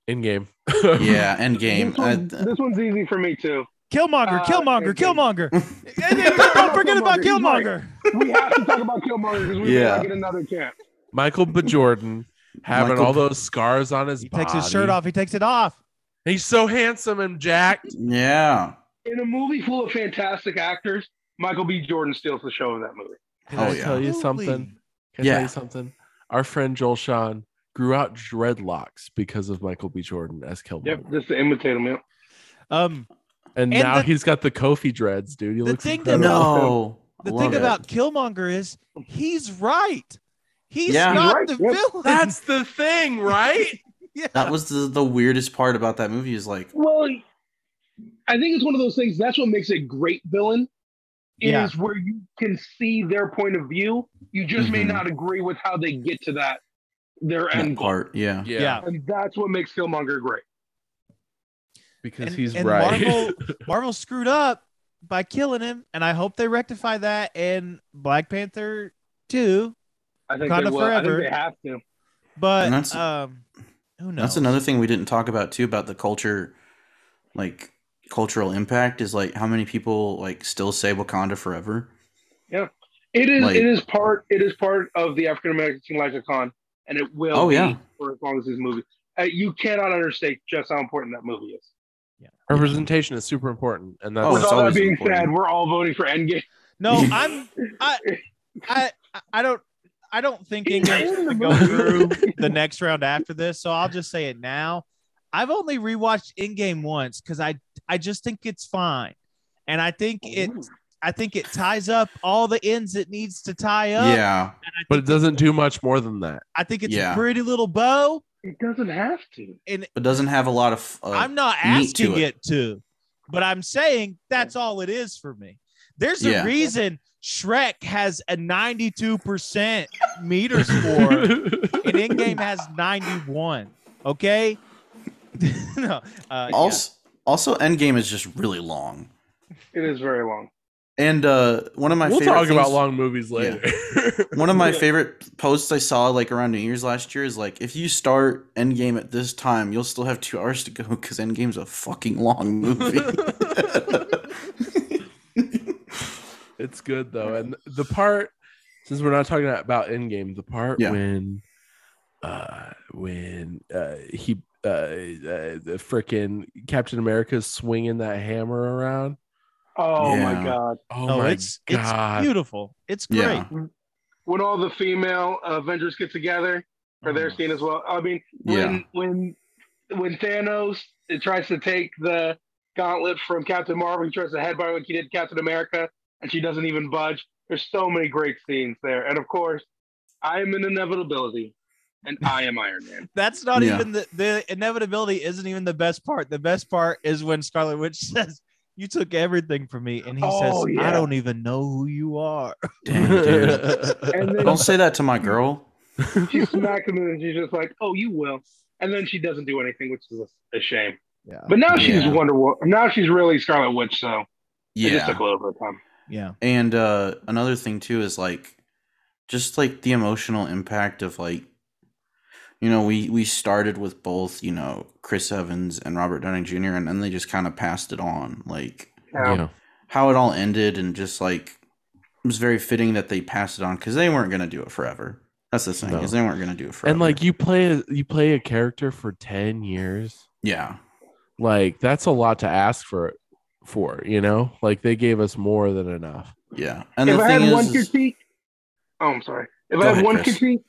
A: Endgame.
B: Yeah, Endgame.
D: This, one-
B: Uh,
D: this one's easy for me too.
C: Killmonger,
D: Uh,
C: Killmonger,
D: okay.
C: Killmonger.
D: [laughs]
C: and then don't forget about
D: Killmonger,
C: Killmonger.
D: We have to talk about Killmonger because we
B: Yeah.
D: may not get another chance.
A: [laughs] Michael B. Jordan having
B: Michael-
A: all those scars on his
C: He
A: body.
C: takes his shirt off. He takes it off.
A: He's so handsome and jacked.
B: yeah.
D: In a movie full of fantastic actors, Michael B. Jordan steals the show in that movie.
A: Can
B: Oh,
A: I
B: yeah.
A: tell you something?
C: Absolutely.
A: Can I tell
B: Yeah.
A: you something? Our friend Joel Sean grew out dreadlocks because of Michael B. Jordan as Killmonger.
D: Yep, just to imitate him. Yeah.
C: Um,
A: And,
C: And
A: now
C: the-
A: he's got the Kofi dreads, dude. He
C: The
A: looks
C: thing that- [laughs]
A: incredible.
B: No.
C: the
B: Love
C: thing
B: it.
C: about Killmonger is he's right. He's
B: Yeah.
C: not
D: Right,
C: the
D: yep.
C: villain. [laughs]
A: That's the thing, right?
C: yeah.
B: that was the, the weirdest part about that movie is like
D: Well, I think it's one of those things. That's what makes a great villain. Is
C: Yeah.
D: where you can see their point of view. You just may
B: Mhm.
C: Mm-hmm.
D: not agree with how they get to that their
B: that
D: end goal,
B: part. Yeah.
A: [laughs] Yeah.
C: Yeah.
D: and that's what makes Killmonger great.
A: Because
C: And-
A: he's
C: and
A: right.
C: Marvel, Marvel screwed up by killing him, and I hope they rectify that in Black Panther 2.
D: I think
C: Wakanda
D: they will. I think
C: forever.
D: they have to.
C: But
B: And that's-
C: um, who knows?
B: That's another thing we didn't talk about too about the culture like cultural impact is like how many people like still say Wakanda forever.
D: It is.
B: Like-
D: it is part. It is part of the African American King lexicon, and it will.
B: Oh,
D: be
B: yeah.
D: For as long as this movie, uh, you cannot understate just how important that movie is.
A: [laughs] Representation is super important. And that's
B: Oh,
D: With
B: it's
D: all that
B: always
D: being
B: important.
D: said, we're all voting
C: [laughs]
D: for Endgame.
B: [laughs]
C: No, I'm I I I don't I don't think
D: He's
C: England's
D: in the
C: gonna go
D: movie.
C: through
D: [laughs]
C: the next round after this, so I'll just say it now. I've only rewatched In Game once because I I just think it's fine, and I think it I think it ties up all the ends it needs to tie up.
B: Yeah.
C: and I
A: but it
C: think
A: doesn't do much more than that.
C: I think it's
B: Yeah.
C: a pretty little bow.
D: It doesn't have to.
B: But doesn't have a lot of uh,
C: I'm not
B: meat to it.
C: asking it. to, but I'm saying that's all it is for me. There's a
B: Yeah.
C: reason Shrek has a 92%
A: [laughs]
C: meter
B: [laughs]
C: score and in-game has 91 okay [laughs] no uh,
B: also also Endgame is just really long.
D: It is very long.
B: And uh, one of my
A: we'll
B: favorite
A: talk about
B: things-
A: long movies later. [laughs]
B: One of my
D: Yeah.
B: favorite posts I saw like around New Year's last year is like, if you start Endgame at this time, you'll still have two hours to go because Endgame's a fucking long movie.
A: it's good though, and the part since we're not talking about Endgame, the part
B: Yeah.
A: when, uh, when uh, he uh, uh the freaking Captain America's swinging that hammer around.
D: Oh my
B: Yeah.
D: god!
A: Oh
C: no,
A: my
C: it's it's
A: god!
C: beautiful it's great
B: yeah,
D: When all the female Avengers get together for their
C: Oh.
D: scene as well. I mean,
B: Mm. yeah,
D: when when when Thanos tries to take the gauntlet from Captain Marvel, he tries to headbutt like he did Captain America, and she doesn't even budge. There's so many great scenes there, and of course, I am an inevitability, and I am Iron Man.
C: [laughs] that's not
B: Yeah.
C: even the, the inevitability isn't even the best part the best part is when scarlet witch [laughs] says you took everything from me and he
D: Oh,
C: says
D: yeah.
C: i don't even know who you
D: [laughs]
C: are
B: Damn, dude.
D: And then
B: don't say that to my girl.
D: she smacks him, and she's just like, "Oh, you will." And then she doesn't do anything, which is a, a shame.
C: yeah
D: But now she's
B: Yeah.
D: Wonder Woman. Now she's really Scarlet Witch. So it just
B: Yeah,
D: took a little bit of time.
C: yeah
B: and uh, another thing too is like, just like the emotional impact of like, you know, we we started with both, you know, Chris Evans and Robert Downey Jr., and then they just kind of passed it on, like.
D: Yeah.
A: Yeah.
B: how it all ended and just like it was very fitting that they passed it on because they weren't going to do it forever that's the thing
A: No.
B: is they weren't going to do it forever
A: And like you play a, you play a character for ten years.
B: Yeah.
A: Like that's a lot to ask for for, you know? Like they gave us more than enough.
B: Yeah. And
D: if
B: the
D: I
B: thing
D: had
B: is,
D: one
B: is-
D: critique, oh, I'm sorry.
B: Go
D: If I
B: ahead,
D: had one
B: Chris.
D: critique,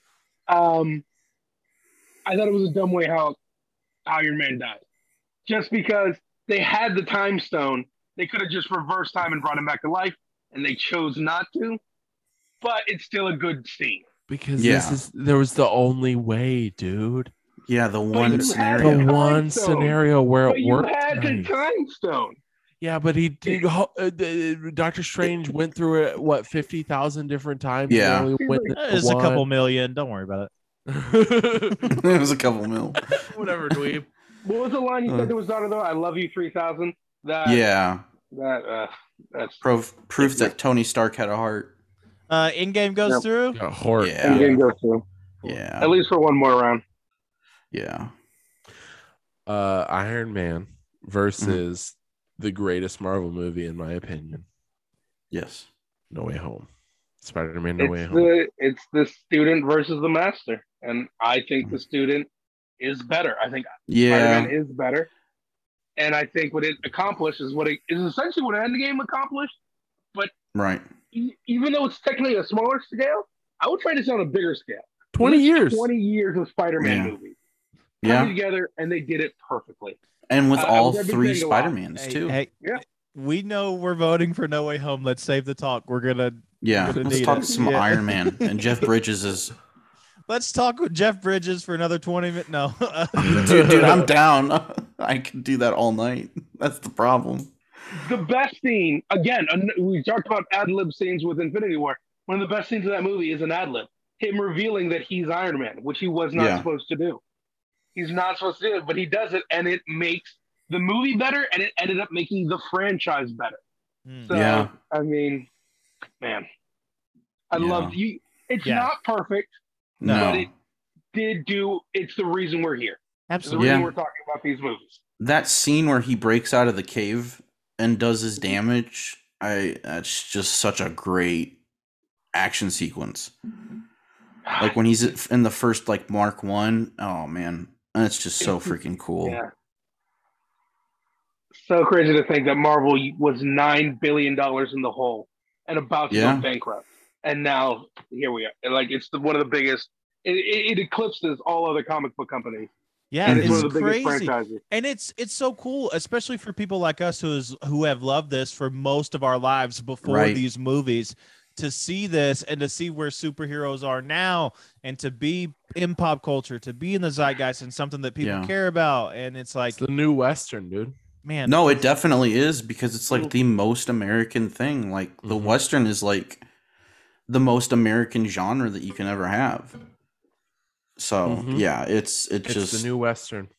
D: um, I thought it was a dumb way how how your man died. Just because they had the time stone, they could have just reversed time and brought him back to life, and they chose not to. But it's still a good scene.
A: Because this
B: Yeah.
A: is there was the only way, dude.
B: yeah, the
D: you
B: one
D: had
B: scenario.
A: The
D: Time
A: one
D: zone.
A: scenario where
D: But
A: it
D: you
A: worked.
D: had the
A: nice.
D: time stone.
A: Yeah, but he did. ho- uh, d- uh, Doctor
B: [laughs]
A: Strange went through it what fifty thousand different times.
B: Yeah.
A: and only went the
C: Uh, It's a couple million. Don't worry about it.
A: one. [laughs]
B: it was a couple [laughs] mil.
D: Uh,
A: Whatever, dweeb.
D: What was the line you
B: Uh.
D: said that was out of though? I love you three thousand. That
B: yeah.
D: that uh, that's
B: Proof proof that Tony Stark had a heart.
C: Uh, in game goes
D: Yep.
C: through.
A: Got horror.
B: Yeah.
D: didn't go through. At
B: Yeah.
D: least for one more round.
B: Yeah.
A: Uh, Iron Man
B: Mm-hmm.
A: versus the greatest Marvel movie, in my opinion.
B: Yes.
A: No Way Home. Spider Man No Way
D: it's
A: Home.
D: the it's the student versus the master, and I think the student is better. I think
B: Yeah.
D: Spider-Man is better, and I think what it accomplished is what it is essentially what Endgame accomplished.
B: Right.
D: E- even though it's technically a smaller scale, I would try this on a bigger scale.
A: Twenty
D: This
A: years.
D: twenty years of Spider-Man
B: Yeah.
D: movies
B: Yeah.
D: coming together, and they did it perfectly.
B: And with
D: I- I
B: all
D: was gonna be
B: three
D: saying a lot.
B: Spider-Mans too.
D: Yeah.
C: We know we're voting for No Way Home. Let's save the talk. We're gonna
B: yeah.
C: gonna
B: Let's
C: need
B: talk
C: it.
B: some
C: Yeah.
B: Iron
D: [laughs]
B: Man and Jeff Bridges is [laughs]
C: let's talk with Jeff Bridges for another twenty minutes. No, [laughs]
B: dude, dude, I'm down. [laughs] I can do that all night. [laughs] That's the problem.
D: The best scene again, an- we talked about ad lib scenes with Infinity War. One of the best scenes of that movie is an ad lib. Him revealing that he's Iron Man, which he was not
B: Yeah.
D: supposed to do. He's not supposed to do it, but he does it, and it makes the movie better, and it ended up making the franchise better.
C: Hmm.
D: So,
B: Yeah.
D: I mean, man, I
B: Yeah.
D: love you. It's
C: Yeah.
D: not perfect.
B: No.
D: But it- Did do. It's the reason we're here. It's the
C: absolutely.
D: reason
B: Yeah.
D: we're talking about these movies.
B: that scene where he breaks out of the cave and does his damage, I that's just such a great action sequence. Like when he's in the first like Mark One, oh man, that's just so freaking cool.
D: Yeah. so crazy to think that Marvel was nine billion dollars in the hole and about to
B: Yeah.
D: go bankrupt, and now here we are. And, Like it's the, one of the biggest. It, it, it eclipses all other comic book companies,
C: Yeah,
D: and it's,
C: it's,
D: one of the biggest
C: crazy.
D: franchises.
C: and it's it's so cool especially for people like us who is who have loved this for most of our lives before
B: Right.
C: these movies to see this and to see where superheroes are now and to be in pop culture to be in the zeitgeist and something that people
B: Yeah.
C: care about and it's like
A: It's the new Western, dude.
C: man
B: No, it definitely is because it's like the most American thing. Like the
A: Mhm.
B: Western is like the most American genre that you can ever have. So
A: Mhm.
B: yeah, it's it
A: It's
B: just
A: the new Western.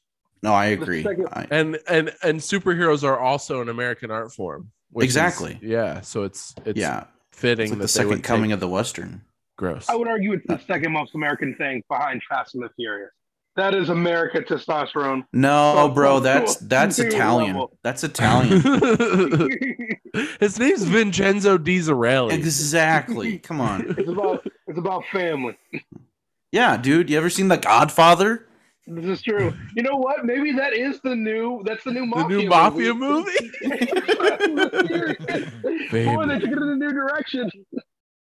B: no, I agree.
D: second-
B: I,
A: And and and superheroes are also an American art form. which is-
B: Exactly.
A: yeah. So it's it's
B: yeah,
A: fitting
B: it's like
A: that
B: the
A: they would
B: second
A: take-
B: coming of the Western.
A: gross.
D: I would argue it's the second most American thing behind Fast and the Furious. That is America
A: [laughs]
D: testosterone.
B: No,
D: Oh,
B: bro,
D: oh, [laughs]
B: that's
D: oh,
B: that's
D: dude,
B: Italian.
D: level.
B: That's
D: [laughs]
B: Italian. [laughs]
D: it's
A: His name's Vincenzo Disraeli.
B: exactly. Come on.
D: about it's about family.
B: Yeah, dude. You ever seen The Godfather?
D: This is true. You know what? Maybe that is the new. That's the new
A: the
D: mafia.
A: new mafia movie.
D: [laughs] Boy, they took it in a new direction.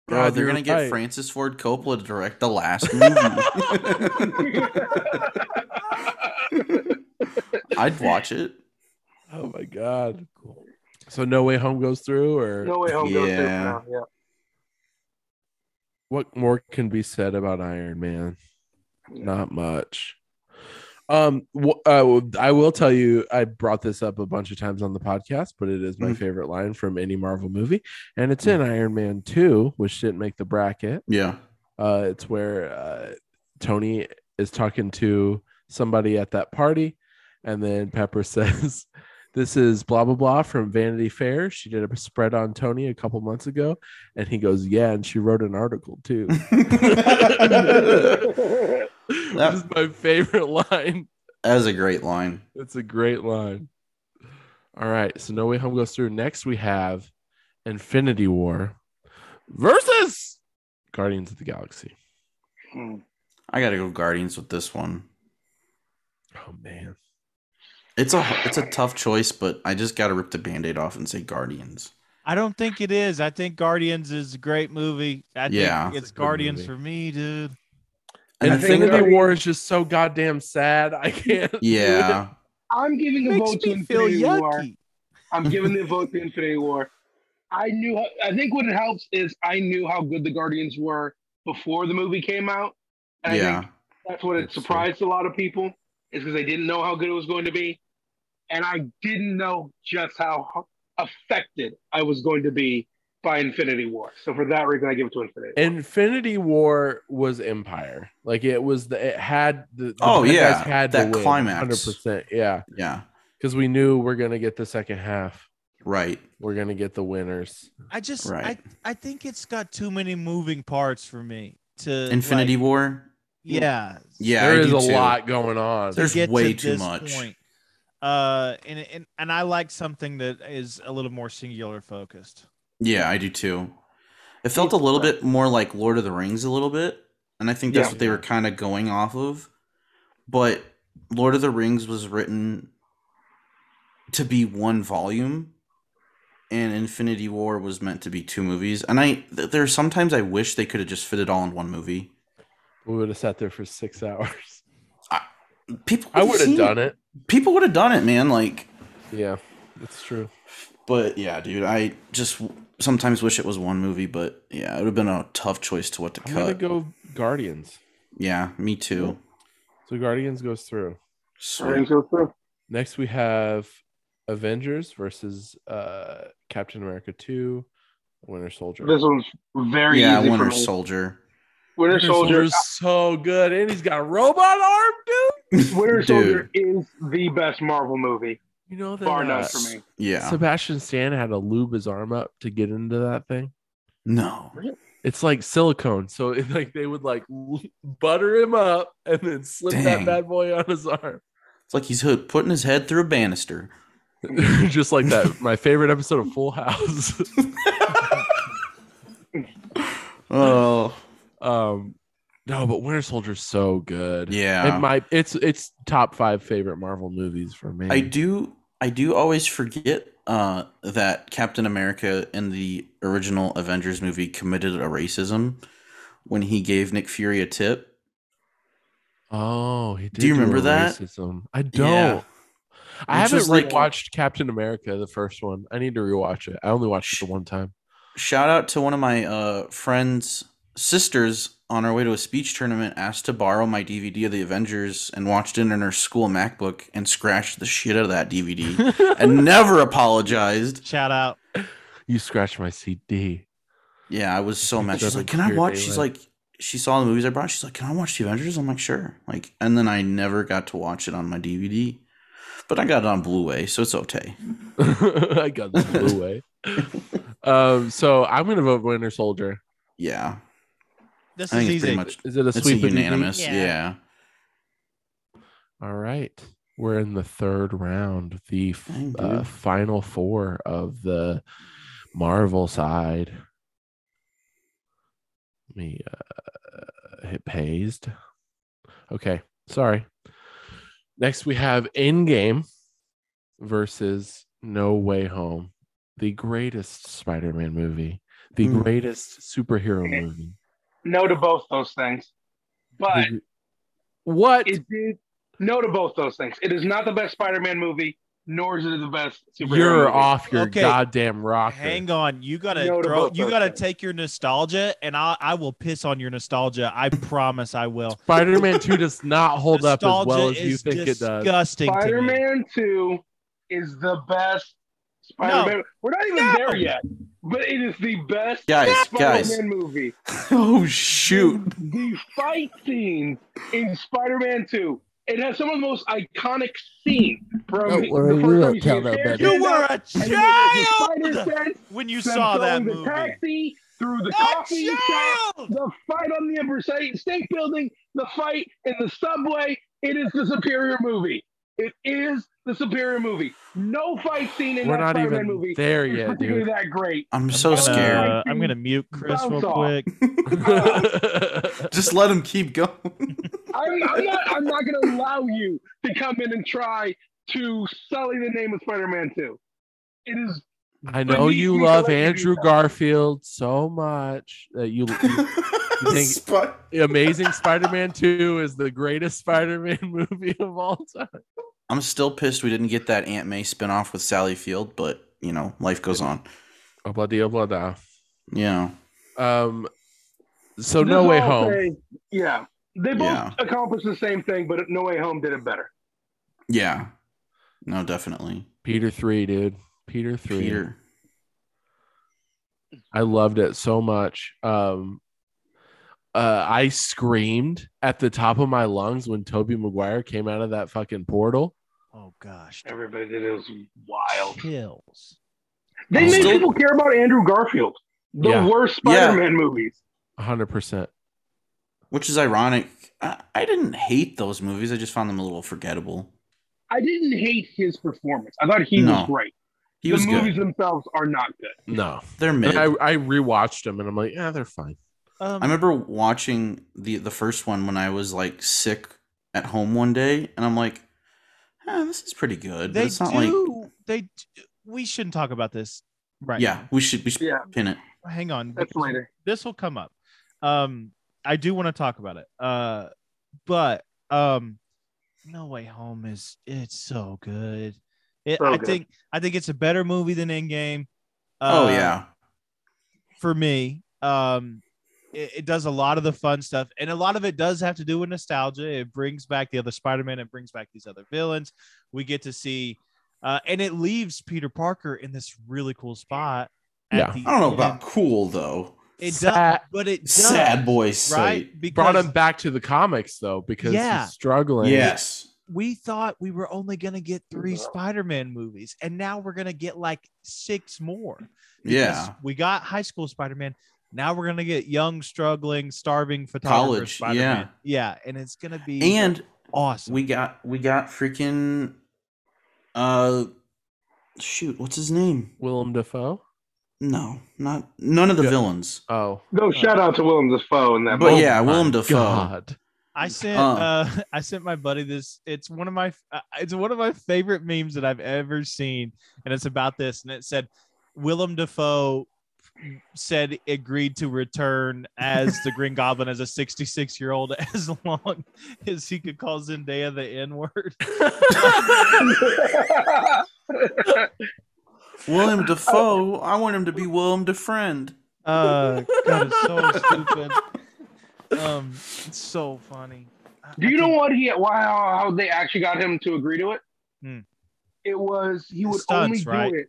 B: Bro,
A: God,
B: they're
A: you're
B: gonna get
A: right.
B: Francis Ford Coppola to direct the
D: [laughs]
B: last movie. I'd watch it.
A: Oh my god. Cool. So no way home goes through or
D: No way home goes through for
B: Yeah.
D: now, yeah.
A: what more can be said about Iron Man?
D: Yeah.
A: Not much. Um wh- uh, I will tell you I brought this up a bunch of times on the podcast, but it is my
D: Mm.
B: Mhm.
A: favorite line from any Marvel movie and it's in Iron Man 2, which didn't make the bracket.
D: [laughs]
B: Yeah.
A: Uh, it's where uh, Tony is talking to somebody at that party, and then Pepper [laughs] says, "This is blah blah blah from Vanity Fair. She did a spread on Tony a couple months ago," and he goes, "Yeah, and she wrote an article too."
B: that
A: That is my favorite [laughs] line.
B: was a great line.
A: It's a great line. All right, so No Way Home goes through. Next, we have Infinity War versus Guardians of the Galaxy.
D: Hmm.
B: I gotta go Guardians with this one.
A: Oh man.
B: It's a it's a tough choice, but I just gotta rip the band-aid off and say Guardians.
C: I don't think it is. I think Guardians is a great movie. I
B: Yeah.
C: think
B: It's
C: it's
A: a good
C: Guardians
A: movie.
C: for me, dude.
A: And
B: And
A: the
B: I
A: thing
B: think
A: that they
D: Guardians-
A: wore is just so goddamn sad. [laughs] I can't.
B: Yeah.
D: [laughs] I'm giving a vote
C: Makes
D: to
C: me feel
D: Infinity War.
C: yucky.
D: I'm giving the vote to Infinity War. I knew. I think what it helps is I knew how good the Guardians were before the movie came out. And I
B: yeah.
D: think that's what it
A: That's true.
D: surprised a lot of people is because they didn't know how good it was going to be, and I didn't know just how h- affected I was going to be by Infinity War. So for that reason, I give it to Infinity. War.
A: Infinity War was Empire. Like it was the it had the, the
B: Oh,
A: bad
B: yeah.
A: guys had
B: That
A: to win,
B: climax.
A: 100%. Yeah.
B: Yeah.
A: Cuz we knew we're going to get the second half.
B: Right.
A: We're going to get the winners.
C: I just
B: Right.
C: I, I think it's got too many moving parts for me to
B: Infinity
C: like,
B: War.
C: yeah.
B: Yeah.
A: there
B: I
A: is
B: do
A: a
B: too.
A: lot going on.
B: There's
C: to get
B: way
C: to
B: too
C: this
B: much.
C: Point. Uh, and, and and I like something that is a little more singular focused.
B: Yeah, I do too. It felt a little bit more like Lord of the Rings a little bit, and I think that's
D: Yeah.
B: what they were kind of going off of. But Lord of the Rings was written to be one volume, and Infinity War was meant to be two movies. And I th- there are sometimes I wish they could have just fit it all in one movie.
A: We would have sat there for 6 [laughs] hours.
B: People
A: I would have done it.
B: People would have done it, man. Like,
A: Yeah. That's true.
B: but yeah, dude, I just w- sometimes wish it was one movie. But yeah, it would have been a tough choice to what to
A: I'm
B: cut.
A: going to go Guardians.
B: Yeah, me too.
A: So Guardians goes through.
D: I
B: Sweet.
D: think so too.
A: Next we have Avengers versus uh Captain America 2, Winter Soldier.
D: This one's very
B: yeah,
D: easy
B: Winter
D: for me.
B: Soldier.
D: Winter
A: Winter
D: Soldier.
A: Soldier's so good, and he's got a robot arm, dude.
D: Winter
B: Dude.
D: Soldier is the best Marvel movie,
A: You know that
D: bar none
A: uh,
D: for me.
B: Yeah.
A: Sebastian Stan had to lube his arm up to get into that thing.
B: no.
A: It's like silicone, so [laughs] it, like they would like l- butter him up and then slip that
B: Dang.
A: bad boy on his arm, [laughs]
B: It's like he's hooked, putting his head through a banister.
A: just like that. My favorite episode of Full House. [laughs]
B: Oh.
A: um, no, but Winter Soldier's so good.
B: Yeah.
A: it might. It's it's top five favorite Marvel movies for me.
B: I do I do always forget uh that Captain America in the original Avengers movie committed a racism when he gave Nick Fury a tip.
A: Oh, he did
B: Do you
A: a
B: remember that?
A: Racism. I don't.
B: Yeah.
A: I
B: It's
A: haven't
B: just like-
A: rewatched Captain America, the first one. I need to rewatch it. I only watched it the one time.
B: Shout out to one of my uh friends sisters on our way to a speech tournament asked to borrow my DVD of the Avengers and watched it in her school MacBook and scratched the shit out of that DVD.
A: [laughs]
B: [laughs] and never apologized.
C: Shout out.
A: you scratched my CD.
B: Yeah, I was so
A: think
B: mad.
A: that
B: She's like,
A: would
B: "Can I
A: cure
B: watch?" She's
A: daylight.
B: like, she saw the movies I brought. She's like, "Can I watch The Avengers?" I'm like, "Sure." Like, and then I never got to watch it on my DVD, but I got it on Blu-ray, so it's okay.
A: [laughs] I got the blue way.
B: [laughs]
A: um, so I'm gonna vote Winter Soldier.
B: Yeah,
C: This
B: I think
C: is
B: it's
C: easy.
B: pretty much
A: Is it a
B: it's a
A: sweep? of the D?
B: unanimous.
C: Yeah.
B: Yeah.
A: All right, we're in the third round, the f-
B: Dang,
A: uh,
B: dude.
A: final four of the Marvel side. Let me uh, hit paste. Okay, sorry. Next, we have Endgame versus No Way Home, the greatest Spider-Man movie, the
B: Mm.
A: greatest superhero movie.
D: No to both those things, but
A: The- what?
D: it did no to both those things. It is not the best Spider-Man movie, nor is it the best superhero.
A: You're
D: movie.
A: off your
C: Okay.
A: goddamn rocker.
C: Hang on, you gotta
D: No to
C: throw,
D: both
C: you
D: those
C: gotta
D: things.
C: take your nostalgia, and I I will piss on your nostalgia.
B: [laughs]
C: I promise I will.
A: Spider-Man 2 does not hold up as
C: nostalgia
A: well as you
C: is
A: think it does.
C: disgusting to me.
D: Spider-Man Two is the best Spider-Man. We're not even
C: No.
D: there yet, but it is the best
B: Guys,
D: Spider-Man
B: guys.
D: movie.
B: oh shoot!
D: The fight scene in Spider-Man Two. It has some of the most iconic scenes from
A: Don't worry,
D: the
A: we
D: first time
A: won't
D: you see
A: tell
D: him
A: no
D: tear
A: better.
D: his
C: You
D: hand
C: were
D: up,
C: a
D: and he goes to
C: child
D: Spider-sense,
C: when you
D: them
C: saw that
D: throwing the
C: movie.
D: taxi through the
C: A
D: coffee shop
C: child!
D: the fight on the Empire State, State Building, the fight in the subway. It is the superior movie. It is the superior movie. No fight scene in
A: We're
D: that
A: not
D: Spider-Man
A: even
D: movie
A: there
D: is
A: yet,
D: particularly
A: dude.
D: that great.
B: I'm so
D: gonna-
B: scared.
C: Uh, I'm gonna mute Chris
D: Bounce
C: real
D: off.
B: [laughs]
C: quick.
A: [laughs]
B: Just let [laughs] him keep going.
D: I'm, I'm not. I'm not going to allow you to come in and try to sully the name of Spider-Man 2. It is
A: I know
D: we-
A: you
D: we
A: love
D: collectively
A: Andrew
D: know.
A: Garfield so much that you, You think-
B: Spot-
D: [laughs]
A: you Amazing Spider-Man 2 is the greatest Spider-Man [laughs] movie of all time.
B: I'm still pissed we didn't get that Aunt May spinoff with Sally Field, but you know, life goes on.
A: Obladio blada.
B: You know,
A: Um so
D: this
A: No Way
D: all
A: Home.
D: thing- yeah. They both
B: Yeah.
D: accomplished the same thing, but No Way Home did it better.
B: yeah, no, definitely.
A: Peter 3, dude. Peter 3.
B: Peter,
A: I loved it so much. Um uh, I screamed at the top of my lungs when Toby Maguire came out of that fucking portal.
C: Oh gosh,
D: Everybody did it. It was wild.
C: chills.
D: They made
B: Still-
D: people care about Andrew Garfield. The
A: Yeah.
D: worst
B: Yeah.
D: Spider-Man movies.
A: 100%.
B: which is ironic. I, I didn't hate those movies. I just found them a little forgettable.
D: I didn't hate his performance. I thought he
B: No.
D: was great.
B: He
D: the
B: was
D: movies
B: good.
D: themselves are not good.
A: No.
B: They're
A: And
B: mid.
A: I,
B: I,
A: I rewatched them and I'm like, yeah, they're fine.
C: Um,
B: remember watching the the first one when I was like sick at home one day, and I'm like, eh, this is pretty good. But
C: they
B: it's not
C: do. They. d- We shouldn't talk about this. Right.
B: like, yeah, we should we should
D: Yeah.
B: pin it.
C: now. Hang on.
D: That's
C: because
D: later.
C: This will come up. Um, I do want to talk about it. Uh, but um, No Way Home is it's so good. It,
D: So
C: I
D: good.
C: think I think it's a better movie than Endgame.
B: Oh
C: Uh,
B: yeah,
C: for me. Um, it, it does a lot of the fun stuff, and a lot of it does have to do with nostalgia. It brings back the other Spider-Man. It brings back these other villains. We get to see, uh, and it leaves Peter Parker in this really cool spot. at
A: Yeah.
C: the
B: I don't know
C: end.
B: about cool though.
C: it, does,
A: Sad-
C: but it does,
B: Sad boy sight.
C: right? Because
A: Brought him back to the comics though because
C: Yeah.
A: he's struggling.
B: Yes.
C: we thought we were only gonna get three Spider-Man movies, and now we're gonna get like six more. Because
B: Yeah.
C: we got high school Spider-Man. Now we're gonna get young, struggling, starving photographer
B: College,
C: Spider-Man. Yeah, and it's gonna be
B: And
C: awesome.
B: we got we got freaking uh shoot, what's his name?
A: Willem Dafoe.
B: No, not none of the
A: Yeah.
B: villains.
A: Oh.
D: No shout out to Willem Dafoe in that.
B: But
D: movie.
B: yeah,
A: my
B: Willem Dafoe.
A: God.
C: I sent
B: Uh.
C: uh, [laughs] I sent my buddy this. It's one of my uh, it's one of my favorite memes that I've ever seen, and it's about this. And it said Willem Dafoe said agreed to return as the Green Goblin as a 66 year old [laughs] as long as he could call Zendaya the N word.
D: [laughs]
B: Willem Dafoe. I want him to be Willem DeFriend.
C: Uh, God, it's so stupid. Um, it's so funny. I-
D: Do
C: I
D: you know
C: think
D: what he? Wow, how they actually got him to agree to it?
C: Hmm.
D: It was he would
C: Stunts,
D: only do
C: right?
D: it.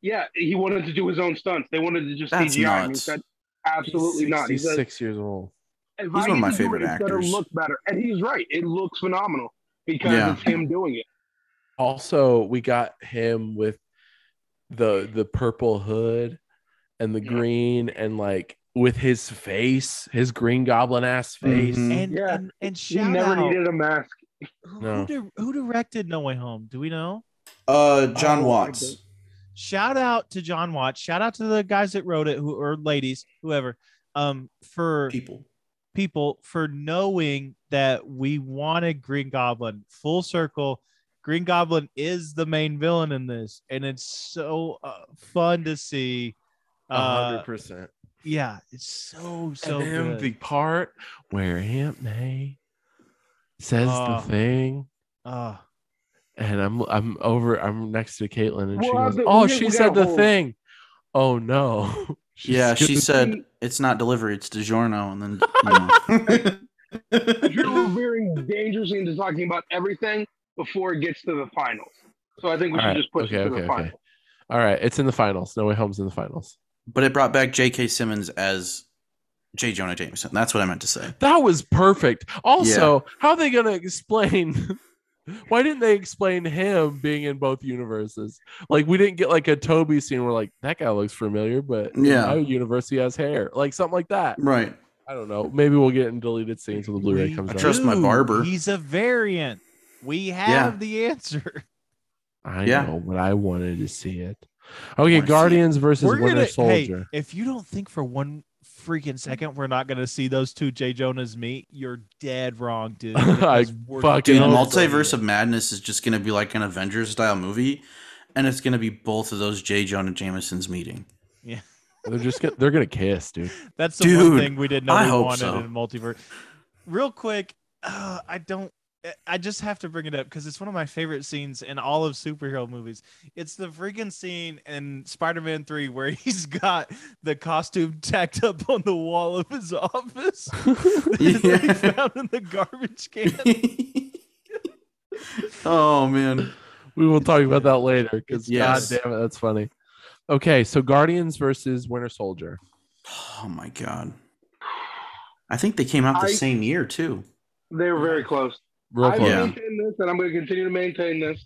D: Yeah, he wanted to do his own stunts. They wanted to just
B: That's
D: CGI. him. He
B: nuts.
D: said, "Absolutely not." He said,
A: Six years old.
D: "If
B: one
D: I
B: of
D: get
B: my
D: to do
B: favorite
D: it, it's gonna
B: actors.
D: Look better, and he's right. It looks phenomenal because
B: Yeah.
D: it's him doing it.
A: Also, we got him with the the purple hood and the
D: Yeah.
A: green and like with his face, his green goblin ass face.
B: Mhm.
C: And,
D: Yeah.
C: and and
D: He
C: shout
D: never
C: out
D: needed a mask.
C: who,
A: No.
C: who, di- who directed No Way Home. Do we know?
B: Uh John
D: Oh,
B: Watts.
C: shout out to John Watts. Shout out to the guys that wrote it, who or ladies, whoever, um, for
B: People.
C: people for knowing that we wanted Green Goblin full circle. Green Goblin is the main villain in this, and it's so uh, fun to see. Uh,
A: hundred percent.
C: yeah, it's so
A: So
C: so
A: him
C: good.
A: the part where Aunt May says
C: Oh.
A: the thing.
C: Uh,
A: And I'm I'm over I'm next to Caitlin and she
D: Well,
A: goes,
D: the-
A: Oh,
D: we-
A: she
D: we
A: said
D: got
A: the
D: hold.
A: thing. Oh no. [laughs] She's
B: Yeah, she
A: stupid.
B: said it's not delivery, it's DiGiorno, and then you know.
D: You're [laughs] veering dangerously into talking about everything before it gets to the finals. So I think we
A: All
D: should
A: right.
D: just push
A: Okay,
D: it to
A: okay,
D: the
A: okay.
D: finals.
A: All right, it's in the finals. No way home's in the finals.
B: but it brought back J.K. Simmons as J. Jonah Jameson. That's what I meant to say.
A: That was perfect. Also, how are they going to explain? [laughs] Why didn't they explain him being in both universes? Like, we didn't get like a Toby scene where like that guy looks familiar, but in
B: Yeah.
A: my universe he has hair, like something like that.
B: Right.
A: I don't know. Maybe we'll get in deleted scenes when the Blu-ray
C: we
A: comes
B: I
A: out.
B: trust my
C: do.
B: barber.
C: He's a variant. We have the answer.
A: I
B: Yeah.
A: know, but I wanted to see it. Okay,
B: wanna see it.
A: Guardians versus Winter
C: hey,
A: Soldier.
C: if you don't think for one freaking second we're not gonna see those two J Jonas meet, you're dead wrong,
A: [laughs]
C: dude.
A: I
C: Because we're
A: fucking
B: Dude,
A: No,
C: done.
A: hope
B: Multiverse of Madness is just gonna be like an Avengers style movie, and it's gonna be both of those J. Jonah Jameson's [laughs] meeting.
A: They're just gonna, they're gonna kiss, dude.
C: That's the one
B: Dude,
C: thing we didn't know
B: I
C: we
B: hope
C: wanted
B: so.
C: in multiverse. Real quick, uh, I don't. I just have to bring it up because it's one of my favorite scenes in all of superhero movies. It's the freaking scene in Spider-Man Three where [laughs] he's got the costume tacked up on the wall of his [laughs] office that
B: Yeah.
C: they found in the garbage can.
B: oh man,
A: We will talk about that later because
B: Yes.
A: god damn it, that's funny. Okay, so Guardians versus Winter Soldier.
B: oh my god. I think they came out the
D: I-
B: same year too.
D: They're very close.
A: Real
D: I
A: close.
B: Yeah.
D: maintain this, and I'm going to continue to maintain this.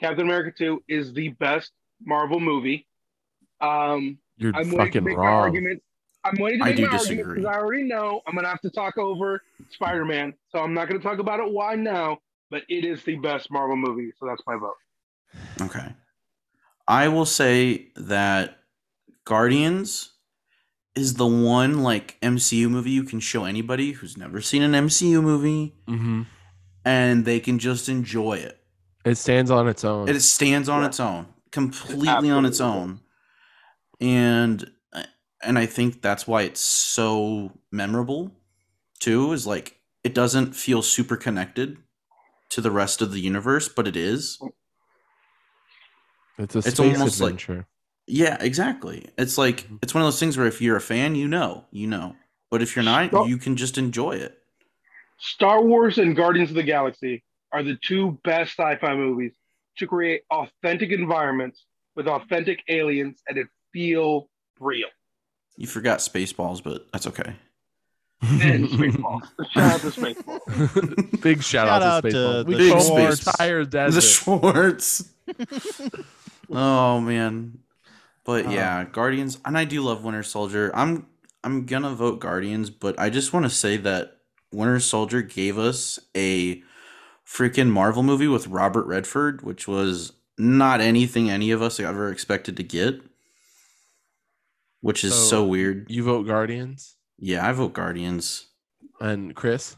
D: Captain America 2 is the best Marvel movie. Um,
A: You're
D: I'm waiting to
A: fucking
D: make my
A: wrong.
D: argument. I'm waiting to
B: I
D: make
B: do
D: my argument
B: disagree.
D: because I already know I'm going to have to talk over Spider Man. So I'm not going to talk about it why now, but it is the best Marvel movie. So that's my vote.
B: Okay. I will say that Guardians is the one like MCU movie you can show anybody who's never seen an MCU movie
A: hmm
B: and they can just enjoy it.
A: It stands on its own.
B: It stands on
D: Yeah.
B: its own, completely on its
D: Absolutely.
B: own. And and I think that's why it's so memorable too is like it doesn't feel super connected to the rest of the universe, but it is.
A: it's a
B: it's
A: space
B: almost like-
A: adventure.
B: Yeah, exactly. It's like
D: Mm-hmm.
B: it's one of those things where if you're a fan, you know, you know. But if you're not,
D: Well-
B: you can just enjoy it.
D: Star Wars and Guardians of the Galaxy are the two best sci fi movies to create authentic environments with authentic aliens and it feel
A: [laughs]
D: real.
B: You forgot Spaceballs, but that's okay.
A: [laughs]
D: And Spaceballs. Shout out to Spaceballs.
A: Big shout, out
C: Shout
A: to
C: out to
A: Spaceballs.
C: the
A: the
B: Big
A: Thor
B: Space-
A: tire desert.
B: the Schwartz. oh man. But
C: Uh,
B: yeah, Guardians, and I do love Winter Soldier. I'm I'm gonna vote Guardians, but I just want to say that Winter Soldier gave us a freaking Marvel movie with Robert Redford, which was not anything any of us ever expected to get, which is so,
A: So-
B: weird.
A: you vote Guardians
B: Yeah, I vote Guardians.
A: and Chris.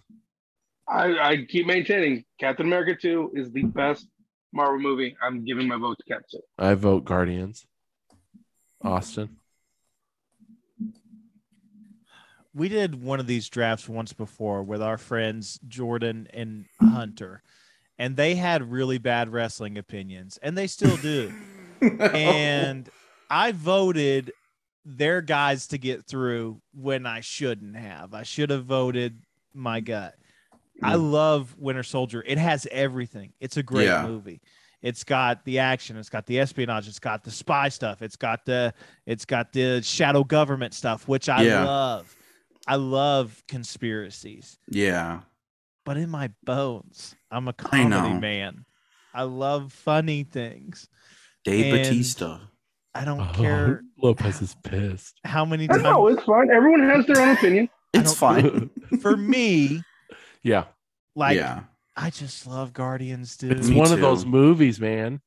D: I, I keep maintaining Captain America 2 is the best Marvel movie. I'm giving my vote to Captain.
A: I vote Guardians. Austin.
C: we did one of these drafts once before with our friends Jordan and Hunter, and they had really bad wrestling opinions, and they still do. and I voted their guys to get through when I shouldn't have. I should have voted my gut. I love Winter Soldier. It has everything. It's a great
B: Mm. Yeah.
C: movie. It's got the action, it's got the espionage, it's got the spy stuff, it's got the it's got the shadow government stuff, which I
B: Yeah.
C: love. I love conspiracies.
B: [laughs] Yeah.
C: But in my bones, I'm a
B: I know.
C: comedy man. I love funny things.
B: Dave
C: And-
B: Batista.
C: I don't care
A: [laughs] Lopez is pissed.
C: how many
D: Uh-huh. I
C: times
D: know it's fine. Everyone has their own opinion.
B: It's fine.
C: for me,
A: Yeah.
C: like
B: yeah.
C: I just love Guardians, dude.
A: It's
B: Me
A: one of
B: too.
A: those movies, man.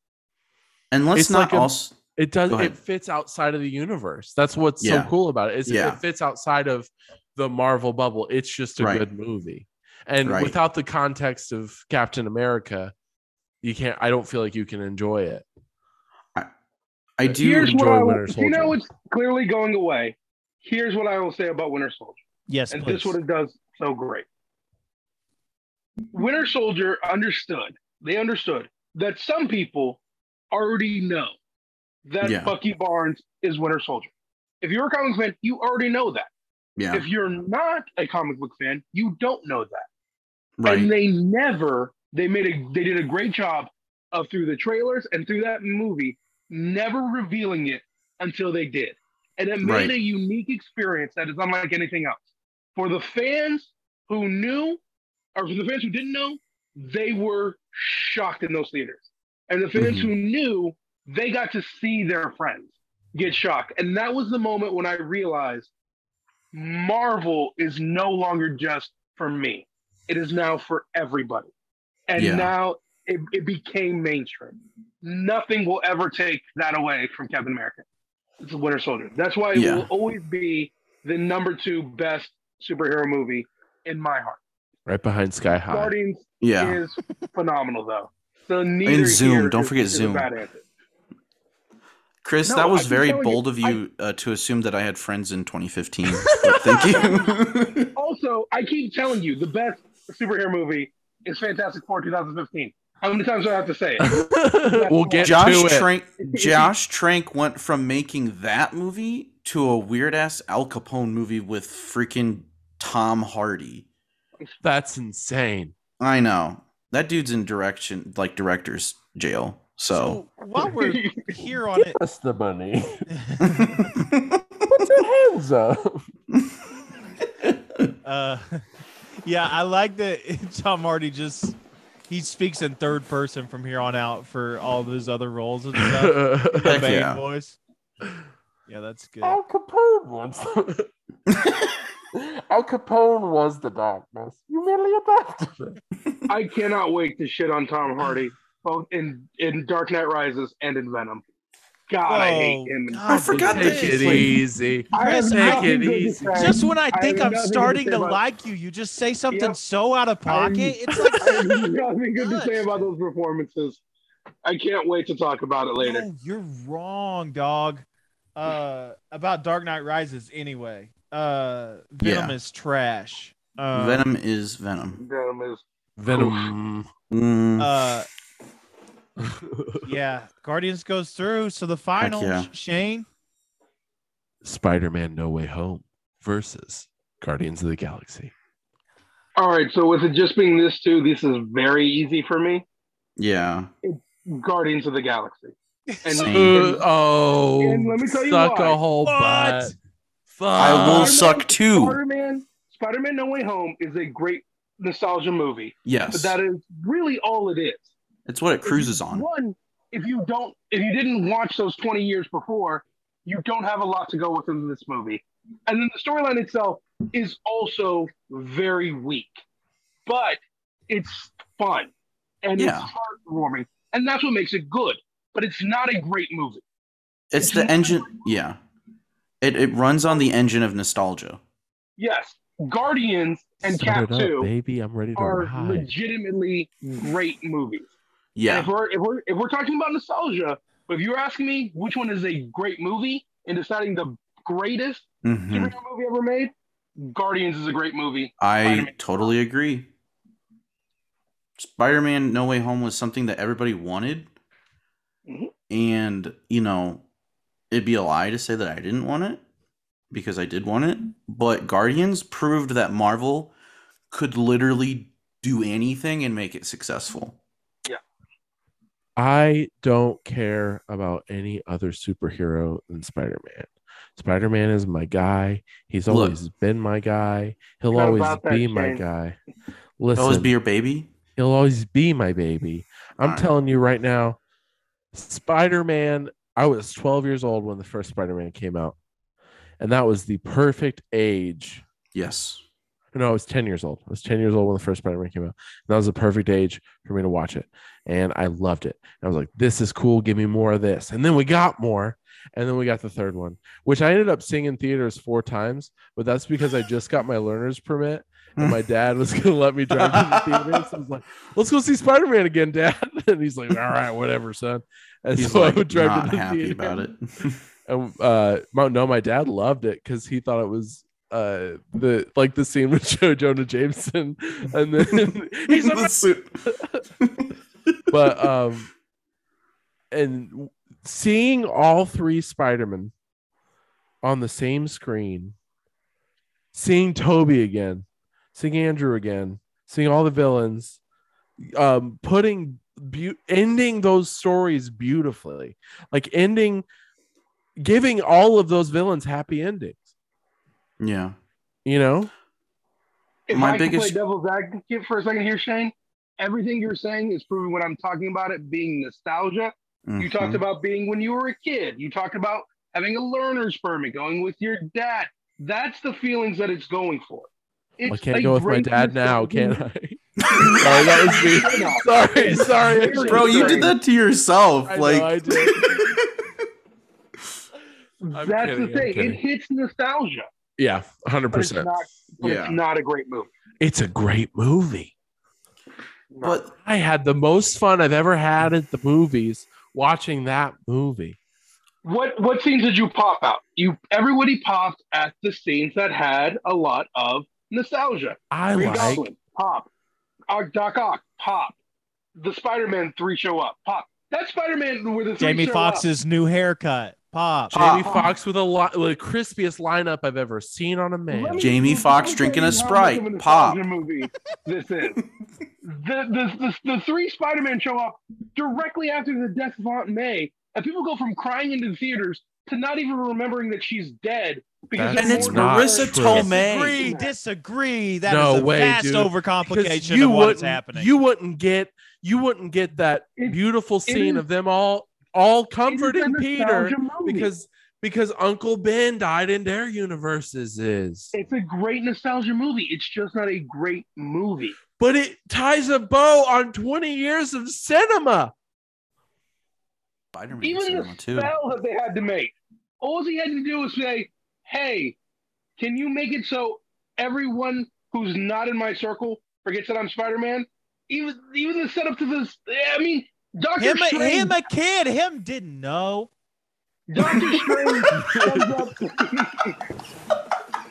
B: And let's
A: It's
B: not
A: like a-
B: also
A: It does
B: Go
A: it
B: ahead.
A: fits outside of the universe. That's what's
B: Yeah.
A: so cool about it. It's,
B: Yeah.
A: It fits outside of the Marvel bubble. It's just a
B: Right.
A: good movie. And
B: Right.
A: without the context of Captain America, you can't I don't feel like you can enjoy it.
B: I do
A: Here's
D: what
A: enjoy
D: I will-
A: Winter
D: You
A: Soldier.
D: know it's clearly going away. Here's what I will say about Winter Soldier.
C: yes,
D: and
C: please.
D: this what it does so great. Winter Soldier understood. They understood that some people already know that
B: Yeah.
D: Bucky Barnes is Winter Soldier. If you're a comic fan, you already know that.
B: yeah,
D: If you're not a comic book fan, you don't know that.
B: right.
D: And they never they made a they did a great job of through the trailers and through that movie never revealing it until they did. And it made
B: Right.
D: a unique experience that is unlike anything else. For the fans who knew or for the fans who didn't know, they were shocked in those theaters. And the fans
B: Mhm.
D: who knew, they got to see their friends get shocked. And that was the moment when I realized Marvel is no longer just for me. It is now for everybody. And
B: Yeah.
D: now it, it became mainstream. Nothing will ever take that away from Captain America. It's a Winter Soldier. That's why it
B: Yeah.
D: will always be the number two best superhero movie in my heart.
A: Right behind Sky High. [laughs]
D: Guardians
B: Yeah.
D: is phenomenal though. So neither
B: Zoom.
D: here
B: Don't
D: is-
B: forget
D: is a
B: Zoom.
D: bad answer.
B: Chris,
D: No,
B: that was
D: I'm
B: very
D: telling you,
B: bold of you uh, to assume that I had friends in 2015. But thank
D: [laughs]
B: you.
D: Also, I keep telling you the best superhero movie is Fantastic Four 2015. How many times do I have to say it?
A: we'll get to
B: Josh
A: it.
B: Trank, Josh Trank went from making that movie to a weird ass Al Capone movie with freaking Tom Hardy.
A: That's insane.
B: I know that dude's in direction like director's jail. So,
C: So [laughs] while we're here on it,
A: That's the money.
B: [laughs] I
A: Put your hands [laughs] up.
C: uh, [laughs] yeah, I like that [laughs] Tom Hardy just he speaks in third person from here on out for all of his other roles and
A: [laughs]
C: stuff. The
B: Heck
C: main
B: yeah.
C: voice. Yeah, that's good.
A: Al
D: Oh,
A: Capone once. [laughs] Al Capone was the darkness. You merely adapted it.
D: [laughs] I cannot wait to shit on Tom Hardy both in in Dark Knight Rises and in Venom. God, I
C: Oh,
D: hate him.
C: God,
B: forgot
C: dude.
B: that
A: Take it
B: he's like-
A: easy.
D: I have
C: Chris,
D: nothing
A: take it
D: good to
A: easy.
D: say.
C: Just when I
D: I
C: think
D: have
C: I'm
D: nothing to
C: starting
D: say
C: to
D: about-
C: like you, you just say something
D: Yep.
C: so out of
D: I'm-
C: pocket. it's like [laughs]
D: I have nothing good to
C: Gosh.
D: say about those performances. I can't wait to talk about it later.
C: No, you're wrong, dog. Uh, about Dark Knight Rises, anyway. Uh, Venom
B: Yeah.
C: is trash. Um,
B: Venom is Venom.
D: Venom is
A: Venom.
B: Mm,
C: Uh, yeah, Guardians goes through. So the final,
B: yeah.
C: Sh- Shane.
A: [laughs] Spider-Man: No Way Home versus Guardians of the Galaxy.
D: All right, so with it just being this two, this is very easy for me.
B: yeah.
D: Guardians of the Galaxy. And,
B: Same.
D: and-
A: oh,
D: and let me tell you
A: suck
D: why.
A: a whole
C: What?
A: butt. Fuck.
B: I will
D: Uh,
B: suck too.
D: Spider-Man, Spider-Man: No Way Home is a great nostalgia movie, but
B: Yes.
D: that is really all it is.
B: It's what it cruises on.
D: One, if you don't, if you didn't watch those twenty years before, you don't have a lot to go with in this movie. And then the storyline itself is also very weak, but it's fun and
B: Yeah.
D: it's heartwarming, and that's what makes it good. But it's not a great movie.
B: It's the engine. Yeah. It, it runs on the engine of nostalgia.
D: Yes, Guardians and
A: Start
D: Cap
A: it up,
D: Two.
A: baby. I'm ready to
D: are
A: ride.
D: legitimately great movies. And
B: Yeah.
D: If we're, if we're if we're talking about nostalgia, but if you're asking me which one is a great movie and deciding the greatest
B: hmm
D: superhero movie ever made, Guardians is a great movie.
B: I
D: Spider-Man.
B: totally agree. Spider Man No Way Home was something that everybody wanted.
D: Mhm.
B: And, you know, it'd be a lie to say that I didn't want it because I did want it. But Guardians proved that Marvel could literally do anything and make it successful.
A: I don't care about any other superhero than Spider Man. Spider Man is my guy. He's
B: Look.
A: always been my guy. He'll
D: Not
A: always
D: about that,
A: be my
D: Shane.
A: guy.
B: Always
A: Listen,
B: be your baby.
A: he'll always be my baby. I'm
B: Alright.
A: telling you right now, Spider Man. I was 12 years old when the first Spider Man came out, and that was the perfect age
B: Yes.
A: no, I was 10 years old. I was 10 years old when the first Spider Man came out. And that was the perfect age for me to watch it. And I loved it. And I was like, this is cool. Give me more of this. And then we got more. And then we got the third one, which I ended up seeing in theaters four times. But that's because I just got my learner's permit. And my dad was [laughs] going to let me drive to
B: [laughs]
A: the theaters. I was like, let's go see Spider Man again, dad. [laughs] And he's like, all right, whatever, son. And
B: He's
A: so
B: like,
A: I would drive
B: not
A: to the
B: happy
A: theater.
B: about it.
A: [laughs] And uh, my, no, my dad loved it because he thought it was uh the like the scene with [laughs] Joe Jonah Jameson, and then he's
B: The
A: a
B: suit.
A: [laughs] but um, and seeing all three Spider-Man on the same screen, seeing Toby again, seeing Andrew again, seeing all the villains, um, putting beau- ending those stories beautifully, like ending, giving all of those villains happy endings.
B: yeah.
A: You know,
D: If
B: My
D: I
B: biggest-
D: could play devil's advocate for a second here, Shane, everything you're saying is proving what I'm talking about. It being nostalgia. You
A: Mm-hmm.
D: talked
B: Mhm.
D: about being when you were a kid. You talked about having a learner's permit, going with your dad. That's the feelings that it's going for. It's
A: I can't
D: a
A: go with my
D: great
A: dad now, can I?
D: nostalgia [laughs]
A: [laughs] sorry, that was me. Sorry, sorry, I
D: [laughs]
A: should've
B: Bro, you
A: said-
B: did that to yourself.
A: I know,
B: like
A: I did. I'm
D: That's
A: kidding,
D: the
A: I'm
D: thing.
A: kidding.
D: It hits nostalgia.
A: Yeah, hundred
D: But it's
A: percent.
D: not, but
B: Yeah.
D: it's not a great movie.
A: It's a great movie.
B: [laughs]
D: No.
B: But
A: I had the most fun I've ever had at the movies watching that movie.
D: what what scenes did you pop out? You everybody popped at the scenes that had a lot of nostalgia.
A: I
D: Green
A: like
D: Goblin, pop. Og Doc Ock, pop. The Spider Man three show up, pop. That Spider Man where the three
C: Jamie
D: show up.
C: Foxx's new haircut. Pop.
A: Jamie
D: Pop.
A: Foxx with a lot, the crispiest lineup I've ever seen on a
D: Let
A: man.
D: me-
B: Jamie
D: let me
B: Foxx
D: tell you
B: drinking a
D: how much of
B: Sprite,
D: nostalgia
B: pop.
D: Movie
B: [laughs]
D: this is. The, the, the, the three Spider Man show up directly after the death of Aunt May, and people go from crying into the theaters to not even remembering that she's dead because
A: That's
D: they're
B: and it's
D: more
A: not
B: Marissa
A: true.
D: Oh,
B: Tomei.
C: Disagree, disagree. That is
A: No
C: a
A: way,
C: vast
A: dude. Because
C: overcomplication of what's
A: wouldn't-
C: happening.
A: You wouldn't get, you wouldn't get that
D: It-
A: beautiful scene
D: is-
A: of them all, all
D: It is a
A: comforting Peter
D: nostalgia movie.
A: because because Uncle Ben died in their universes is.
D: it's a great nostalgia movie. It's just not a great movie.
A: But it ties a bow on 20 years of cinema.
B: Spider-Man
D: Even the
B: cinema too.
D: spell that they had to make. All he had to do was say, "Hey, can you make it so everyone who's not in my circle forgets that I'm Spider-Man?" Even even the setup to this. I mean, Doctor
C: him, a,
D: Strange.
C: him, a kid. Him didn't know.
B: [laughs]
D: Doctor Strange comes up. Doctor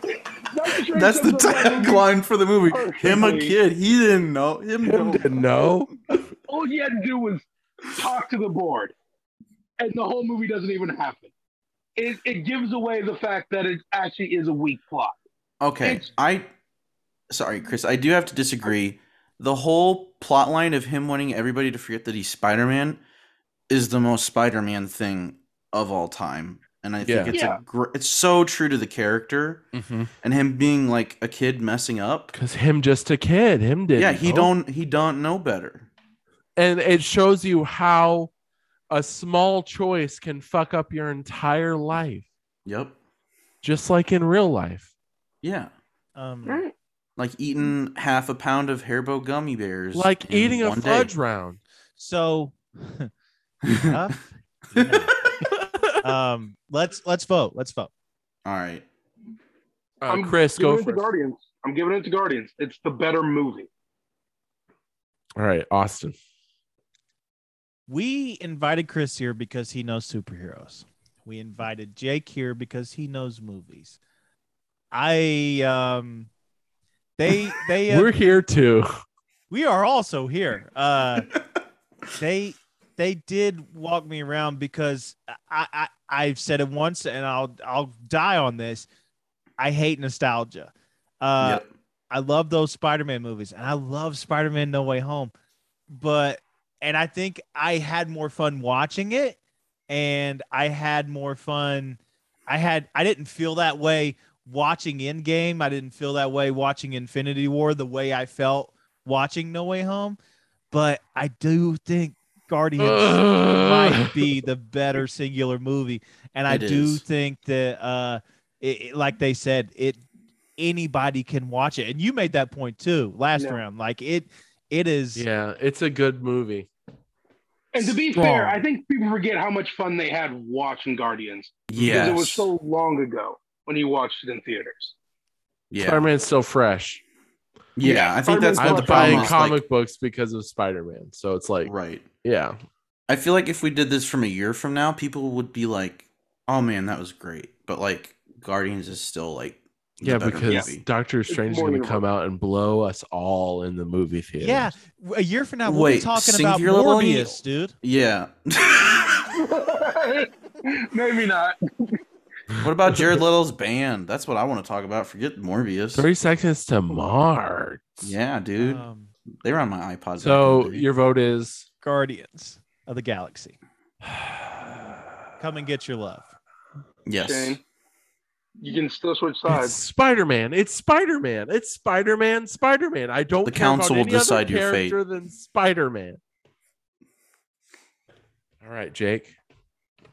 D: Strange
B: That's the
D: comes up that movie.
B: tagline for the movie. Him a
D: Perfectly.
B: kid. He didn't know. Him,
A: Him
B: no.
A: didn't know.
D: All he had to do was talk to the board, and the whole movie doesn't even happen. It, it gives away the fact that it actually is a weak plot.
B: Okay,
D: It's-
B: I sorry, Chris. I do have to disagree. The whole plot line of him wanting everybody to forget that he's Spider-Man is the most Spider-Man thing of all time, and I think
A: Yeah.
B: it's
D: Yeah.
B: a gr- it's so true to the character and him being like a kid messing up.
A: Cause him just a kid. Him didn't.
B: Yeah, he
A: know.
B: don't he don't know better.
A: and it shows you how a small choice can fuck up your entire life
B: Yep.
A: just like in real life
B: Yeah.
C: Um,
B: Like eating half a pound of Haribo gummy bears.
A: like
B: in
A: eating a
B: one day. [laughs]
A: fudge round
C: so enough. um, let's let's vote. Let's vote.
A: [laughs]
B: All right.
A: Uh, chris go
D: giving it to
A: first
D: Guardians. I'm giving it to Guardians. It's the better movie.
A: all right austin
C: We invited Chris here because he knows superheroes. We invited Jake here because he knows movies. I um they they uh,
A: we're here
B: [laughs]
A: too
C: we are also here. Uh they they did walk me around because I, I I've said it once and I'll I'll die on this. I hate nostalgia. Uh
B: Yep.
C: I love those Spider-Man movies, and I love Spider-Man No Way Home, but and I think I had more fun watching it, and I had more fun. I had I didn't feel that way watching Endgame. I didn't feel that way watching Infinity War the way I felt watching No Way Home, but I do think
A: [laughs] [sighs]
C: Guardians might
B: [laughs]
A: Ugh.
C: be the better singular movie. And I
B: It
C: do
B: is.
C: think that uh it, it- like they said, it anybody can watch it. And you made that point too last
D: Yeah.
C: round. Like it it is
A: yeah it's a good movie
D: And to be
A: Strong.
D: fair, I think people forget how much fun they had watching Guardians because
B: Yes.
D: it was so long ago when you watched it in theaters. [laughs]
B: yeah.
A: spider-man's still fresh
B: Yeah, I think that's
D: Spider-Man's Well,
A: i'm
B: what
D: not
B: the
D: a
A: buying
B: problem is,
A: comic
B: like-
A: books because of spider-man so it's like
B: right.
A: yeah
B: I feel like if we did this from a year from now, people would be like, "Oh man, that was great," but like Guardians is still like the
A: yeah
B: better
A: because
B: movie.
A: doctor strange is
D: more
A: going to
D: universal.
A: come out and blow us all in the movie theater
C: Yeah, w- a year from now we'll be
B: Wait,
C: talking about
B: singular movie?
C: Morbius, dude.
B: yeah. [laughs]
D: Maybe not.
B: what about Jared Leto's band? That's what I want to talk about. Forget Morbius.
A: 30 seconds to mars
B: Yeah, dude,
C: Um,
B: they were on my iPod.
A: Uh, So
B: back in the day.
A: your vote is
C: Guardians of the Galaxy. Come and get your love.
B: yes.
D: Shane, you can still switch
A: it's
D: sides.
A: Spider Man. It's Spider Man. It's Spider Man. Spider Man. I don't.
B: The
A: care about
B: council will
A: any other
B: decide your fate.
A: character Than Spider Man. All right, Jake.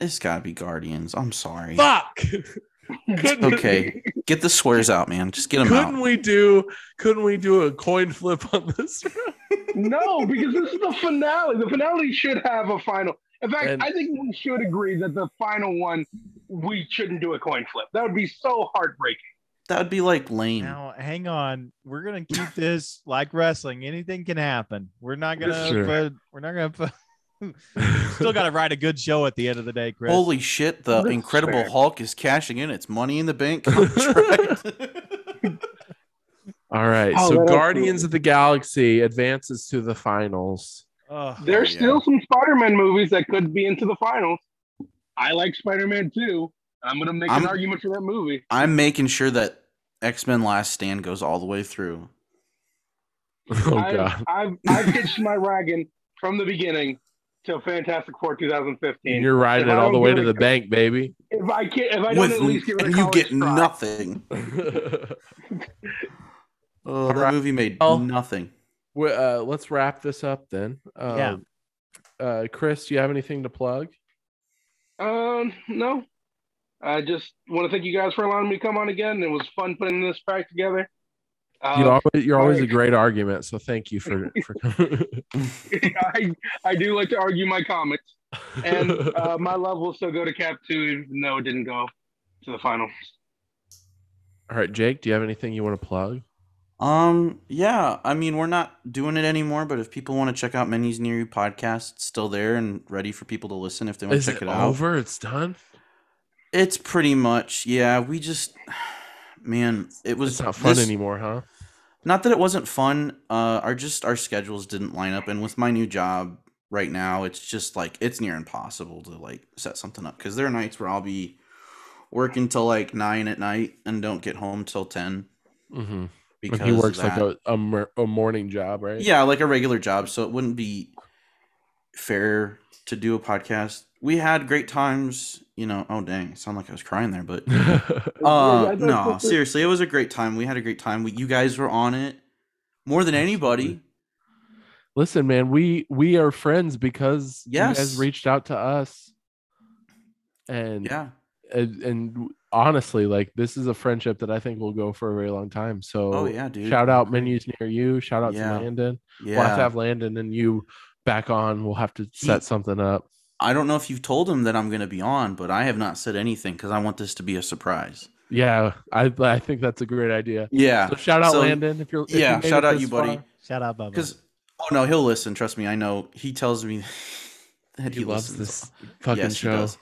B: It's gotta be Guardians. I'm sorry. [laughs]
A: Fuck. couldn't,
B: Okay, get the swears out, man. Just get them
A: Couldn't
B: out.
A: we do? Couldn't we do a coin flip on
B: [laughs]
A: this?
D: [laughs] no, because this is the finale. The finale should have a final. In fact,
A: And-
D: I think we should agree that the final one, we shouldn't do a coin flip. That would be so heartbreaking.
B: That would be like lame.
C: Now, hang on. We're gonna keep this like wrestling. Anything can happen. We're not gonna.
A: Sure.
C: Put, we're not gonna. Put, still gotta write a good show at the end of the day, Chris.
B: Holy shit! The
D: That's
B: Incredible
D: fair.
B: Hulk is cashing in its Money in
A: [laughs]
B: the Bank contract.
A: All right.
D: Oh,
A: so
D: that
A: Guardians
D: absolutely-
A: of the Galaxy advances to the finals. [laughs]
C: Ugh.
D: There's
B: yeah.
D: still some Spider-Man movies that could be into the finals. I like Spider-Man too. I'm gonna make
B: I'm-
D: an argument for that movie.
B: I'm making sure that X Men Last Stand goes all the way through.
A: Oh
D: I've,
A: god.
D: I've, I've hitched my wagon from the beginning to Fantastic Four 2015.
A: And you're riding
D: if
A: it
D: I
A: all the
D: don't
A: way
D: give
A: to
D: it-
A: the bank,
D: [laughs]
A: baby.
D: if I can't, if I don't
B: With,
D: at least give it a
B: and you
D: college
B: get
D: try.
B: nothing. Oh, that
A: Alright.
B: movie made
A: Well-
B: nothing.
A: Well, uh, let's wrap this up then. Um,
C: Yeah.
A: Uh, Chris, do you have anything to plug?
D: Um, no. I just want to thank you guys for allowing me to come on again. It was fun putting this back together.
A: you
D: Um,
A: know, you're always a
D: alright.
A: great argument, so thank you
D: [laughs]
A: for for coming.
D: I, I do like to argue my comics,
B: [laughs]
D: and uh, my love will still go to Cap Two, even though it didn't go to the finals.
A: [laughs] all right, Jake, do you have anything you want to plug?
B: Um, yeah, I mean, we're not doing it anymore, but if people want to check out Menus Near You podcast, it's still there and ready for people to listen if they want
A: Is
B: to check
A: it,
B: it, out.
A: over? It's done.
B: It's pretty much, yeah, we just, [sighs] man, it was
A: It's not fun
B: this-
A: anymore, huh?
B: Not that it wasn't fun, uh, our just our schedules didn't line up, and with my new job right now, it's just like it's near impossible to like set something up because there are nights where I'll be working till like nine at night and don't get home till ten
A: Mm-hmm.
B: because
A: he
B: of
A: works like
B: that.
A: a, a, mer- a morning job, right?
B: Yeah, like a regular job, so it wouldn't be fair to do a podcast. We had great times, you know. Oh dang, I sound like I was crying
A: [laughs]
B: there, but uh, no, seriously, it was a great time. We had a great time. We, you guys were on it more than anybody.
A: Listen, man, we we are friends because you guys
B: Yes.
A: reached out to us, and
B: Yeah,
A: and, and honestly, like this is a friendship that I think will go for a very long time. So,
B: Oh, yeah, dude.
A: shout out menus near you. Shout out
B: Yeah.
A: to Landon.
B: yeah.
A: We'll have to have Landon and you back on. We'll have to set something up.
B: I don't know if you've told him that I'm going to be on, but I have not said anything because I want this to be a surprise.
A: Yeah, I I think that's a great idea.
B: Yeah,
A: So shout out
B: So-
A: Landon if you're if you
B: yeah.
A: made it
B: Shout out
A: this
B: you, buddy.
A: far.
C: Shout out, Bubba.
B: Because oh no, he'll listen. Trust me, I know. He tells me [laughs] that
A: He,
B: he,
A: loves
B: listens.
A: this fucking
B: Yes, he
A: show. [laughs]
B: does.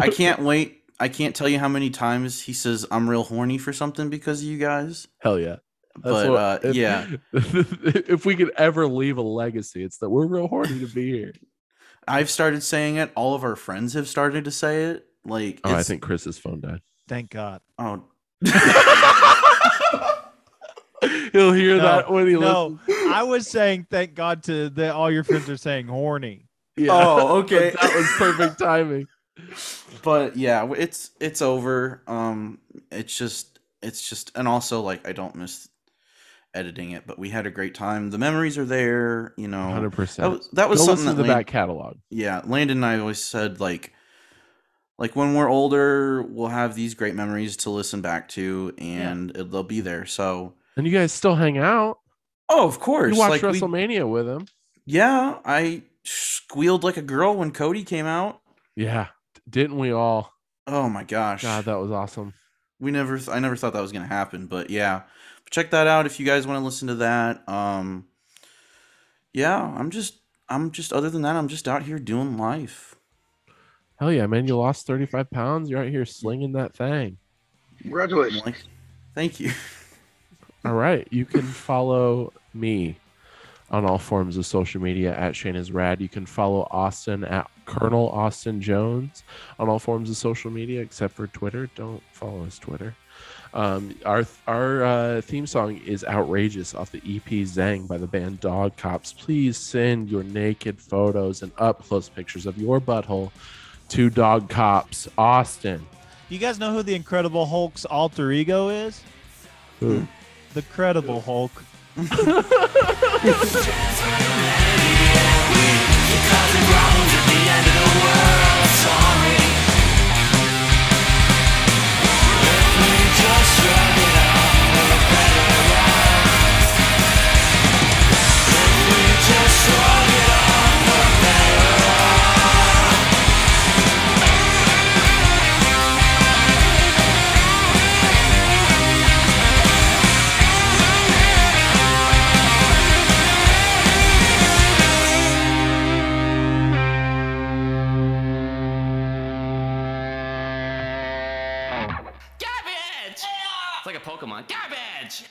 B: I can't wait. I can't tell you how many times he says I'm real horny for something because of you guys.
A: Hell yeah.
B: But uh,
A: if-
B: yeah,
A: [laughs] If we could ever leave a legacy, it's that we're real horny to be here.
B: I've started saying it. All of our friends have started to say it. Like,
A: Oh, I
B: it's-
A: think Chris's phone died.
C: thank God.
B: Oh,
A: [laughs] He'll hear
C: No,
A: that when he
C: No, I was saying thank God to the all your friends are saying horny.
A: listens. Yeah.
B: [laughs] oh, okay.
A: [laughs] But that was perfect
B: [laughs]
A: timing.
B: but yeah w- it's it's over um it's just it's just and also like i don't miss editing it but we had a great time the memories are there you know
A: Hundred
B: Oh. that
A: percent.
B: was, that was
A: Go
B: something
A: listen to
B: that
A: the
B: Lan-
A: back catalog.
B: yeah landon and i always said like like when we're older we'll have these great memories to listen back to and it- they'll be there so
A: And you guys still hang out.
B: oh of course
A: You watched
B: like we-
A: WrestleMania with him.
B: yeah i squealed like a girl when cody came out
A: Yeah. D- Didn't we all?
B: oh my gosh
A: God, that was awesome.
B: we never th- i never thought that was going to happen but yeah check that out if you guys want to listen to that um yeah i'm just i'm just other than that i'm just out here doing life
A: Hell yeah, man. You lost 35 pounds. You're out here slinging that thing.
B: I'm
D: Congratulations.
B: like thank you
A: All right. You can follow me on all forms of social media at Shane is Rad. You can follow Austin at Colonel Austin Jones on all forms of social media except for Twitter. Don't follow us Twitter. Um, our our uh, theme song is outrageous off the EP Zang by the band Dog Cops. Please send your naked photos and up close pictures of your butthole to Dog Cops Austin.
C: You guys know who the Incredible Hulk's alter ego is?
A: Who?
C: The Credible Hulk.
E: If
F: my garbage!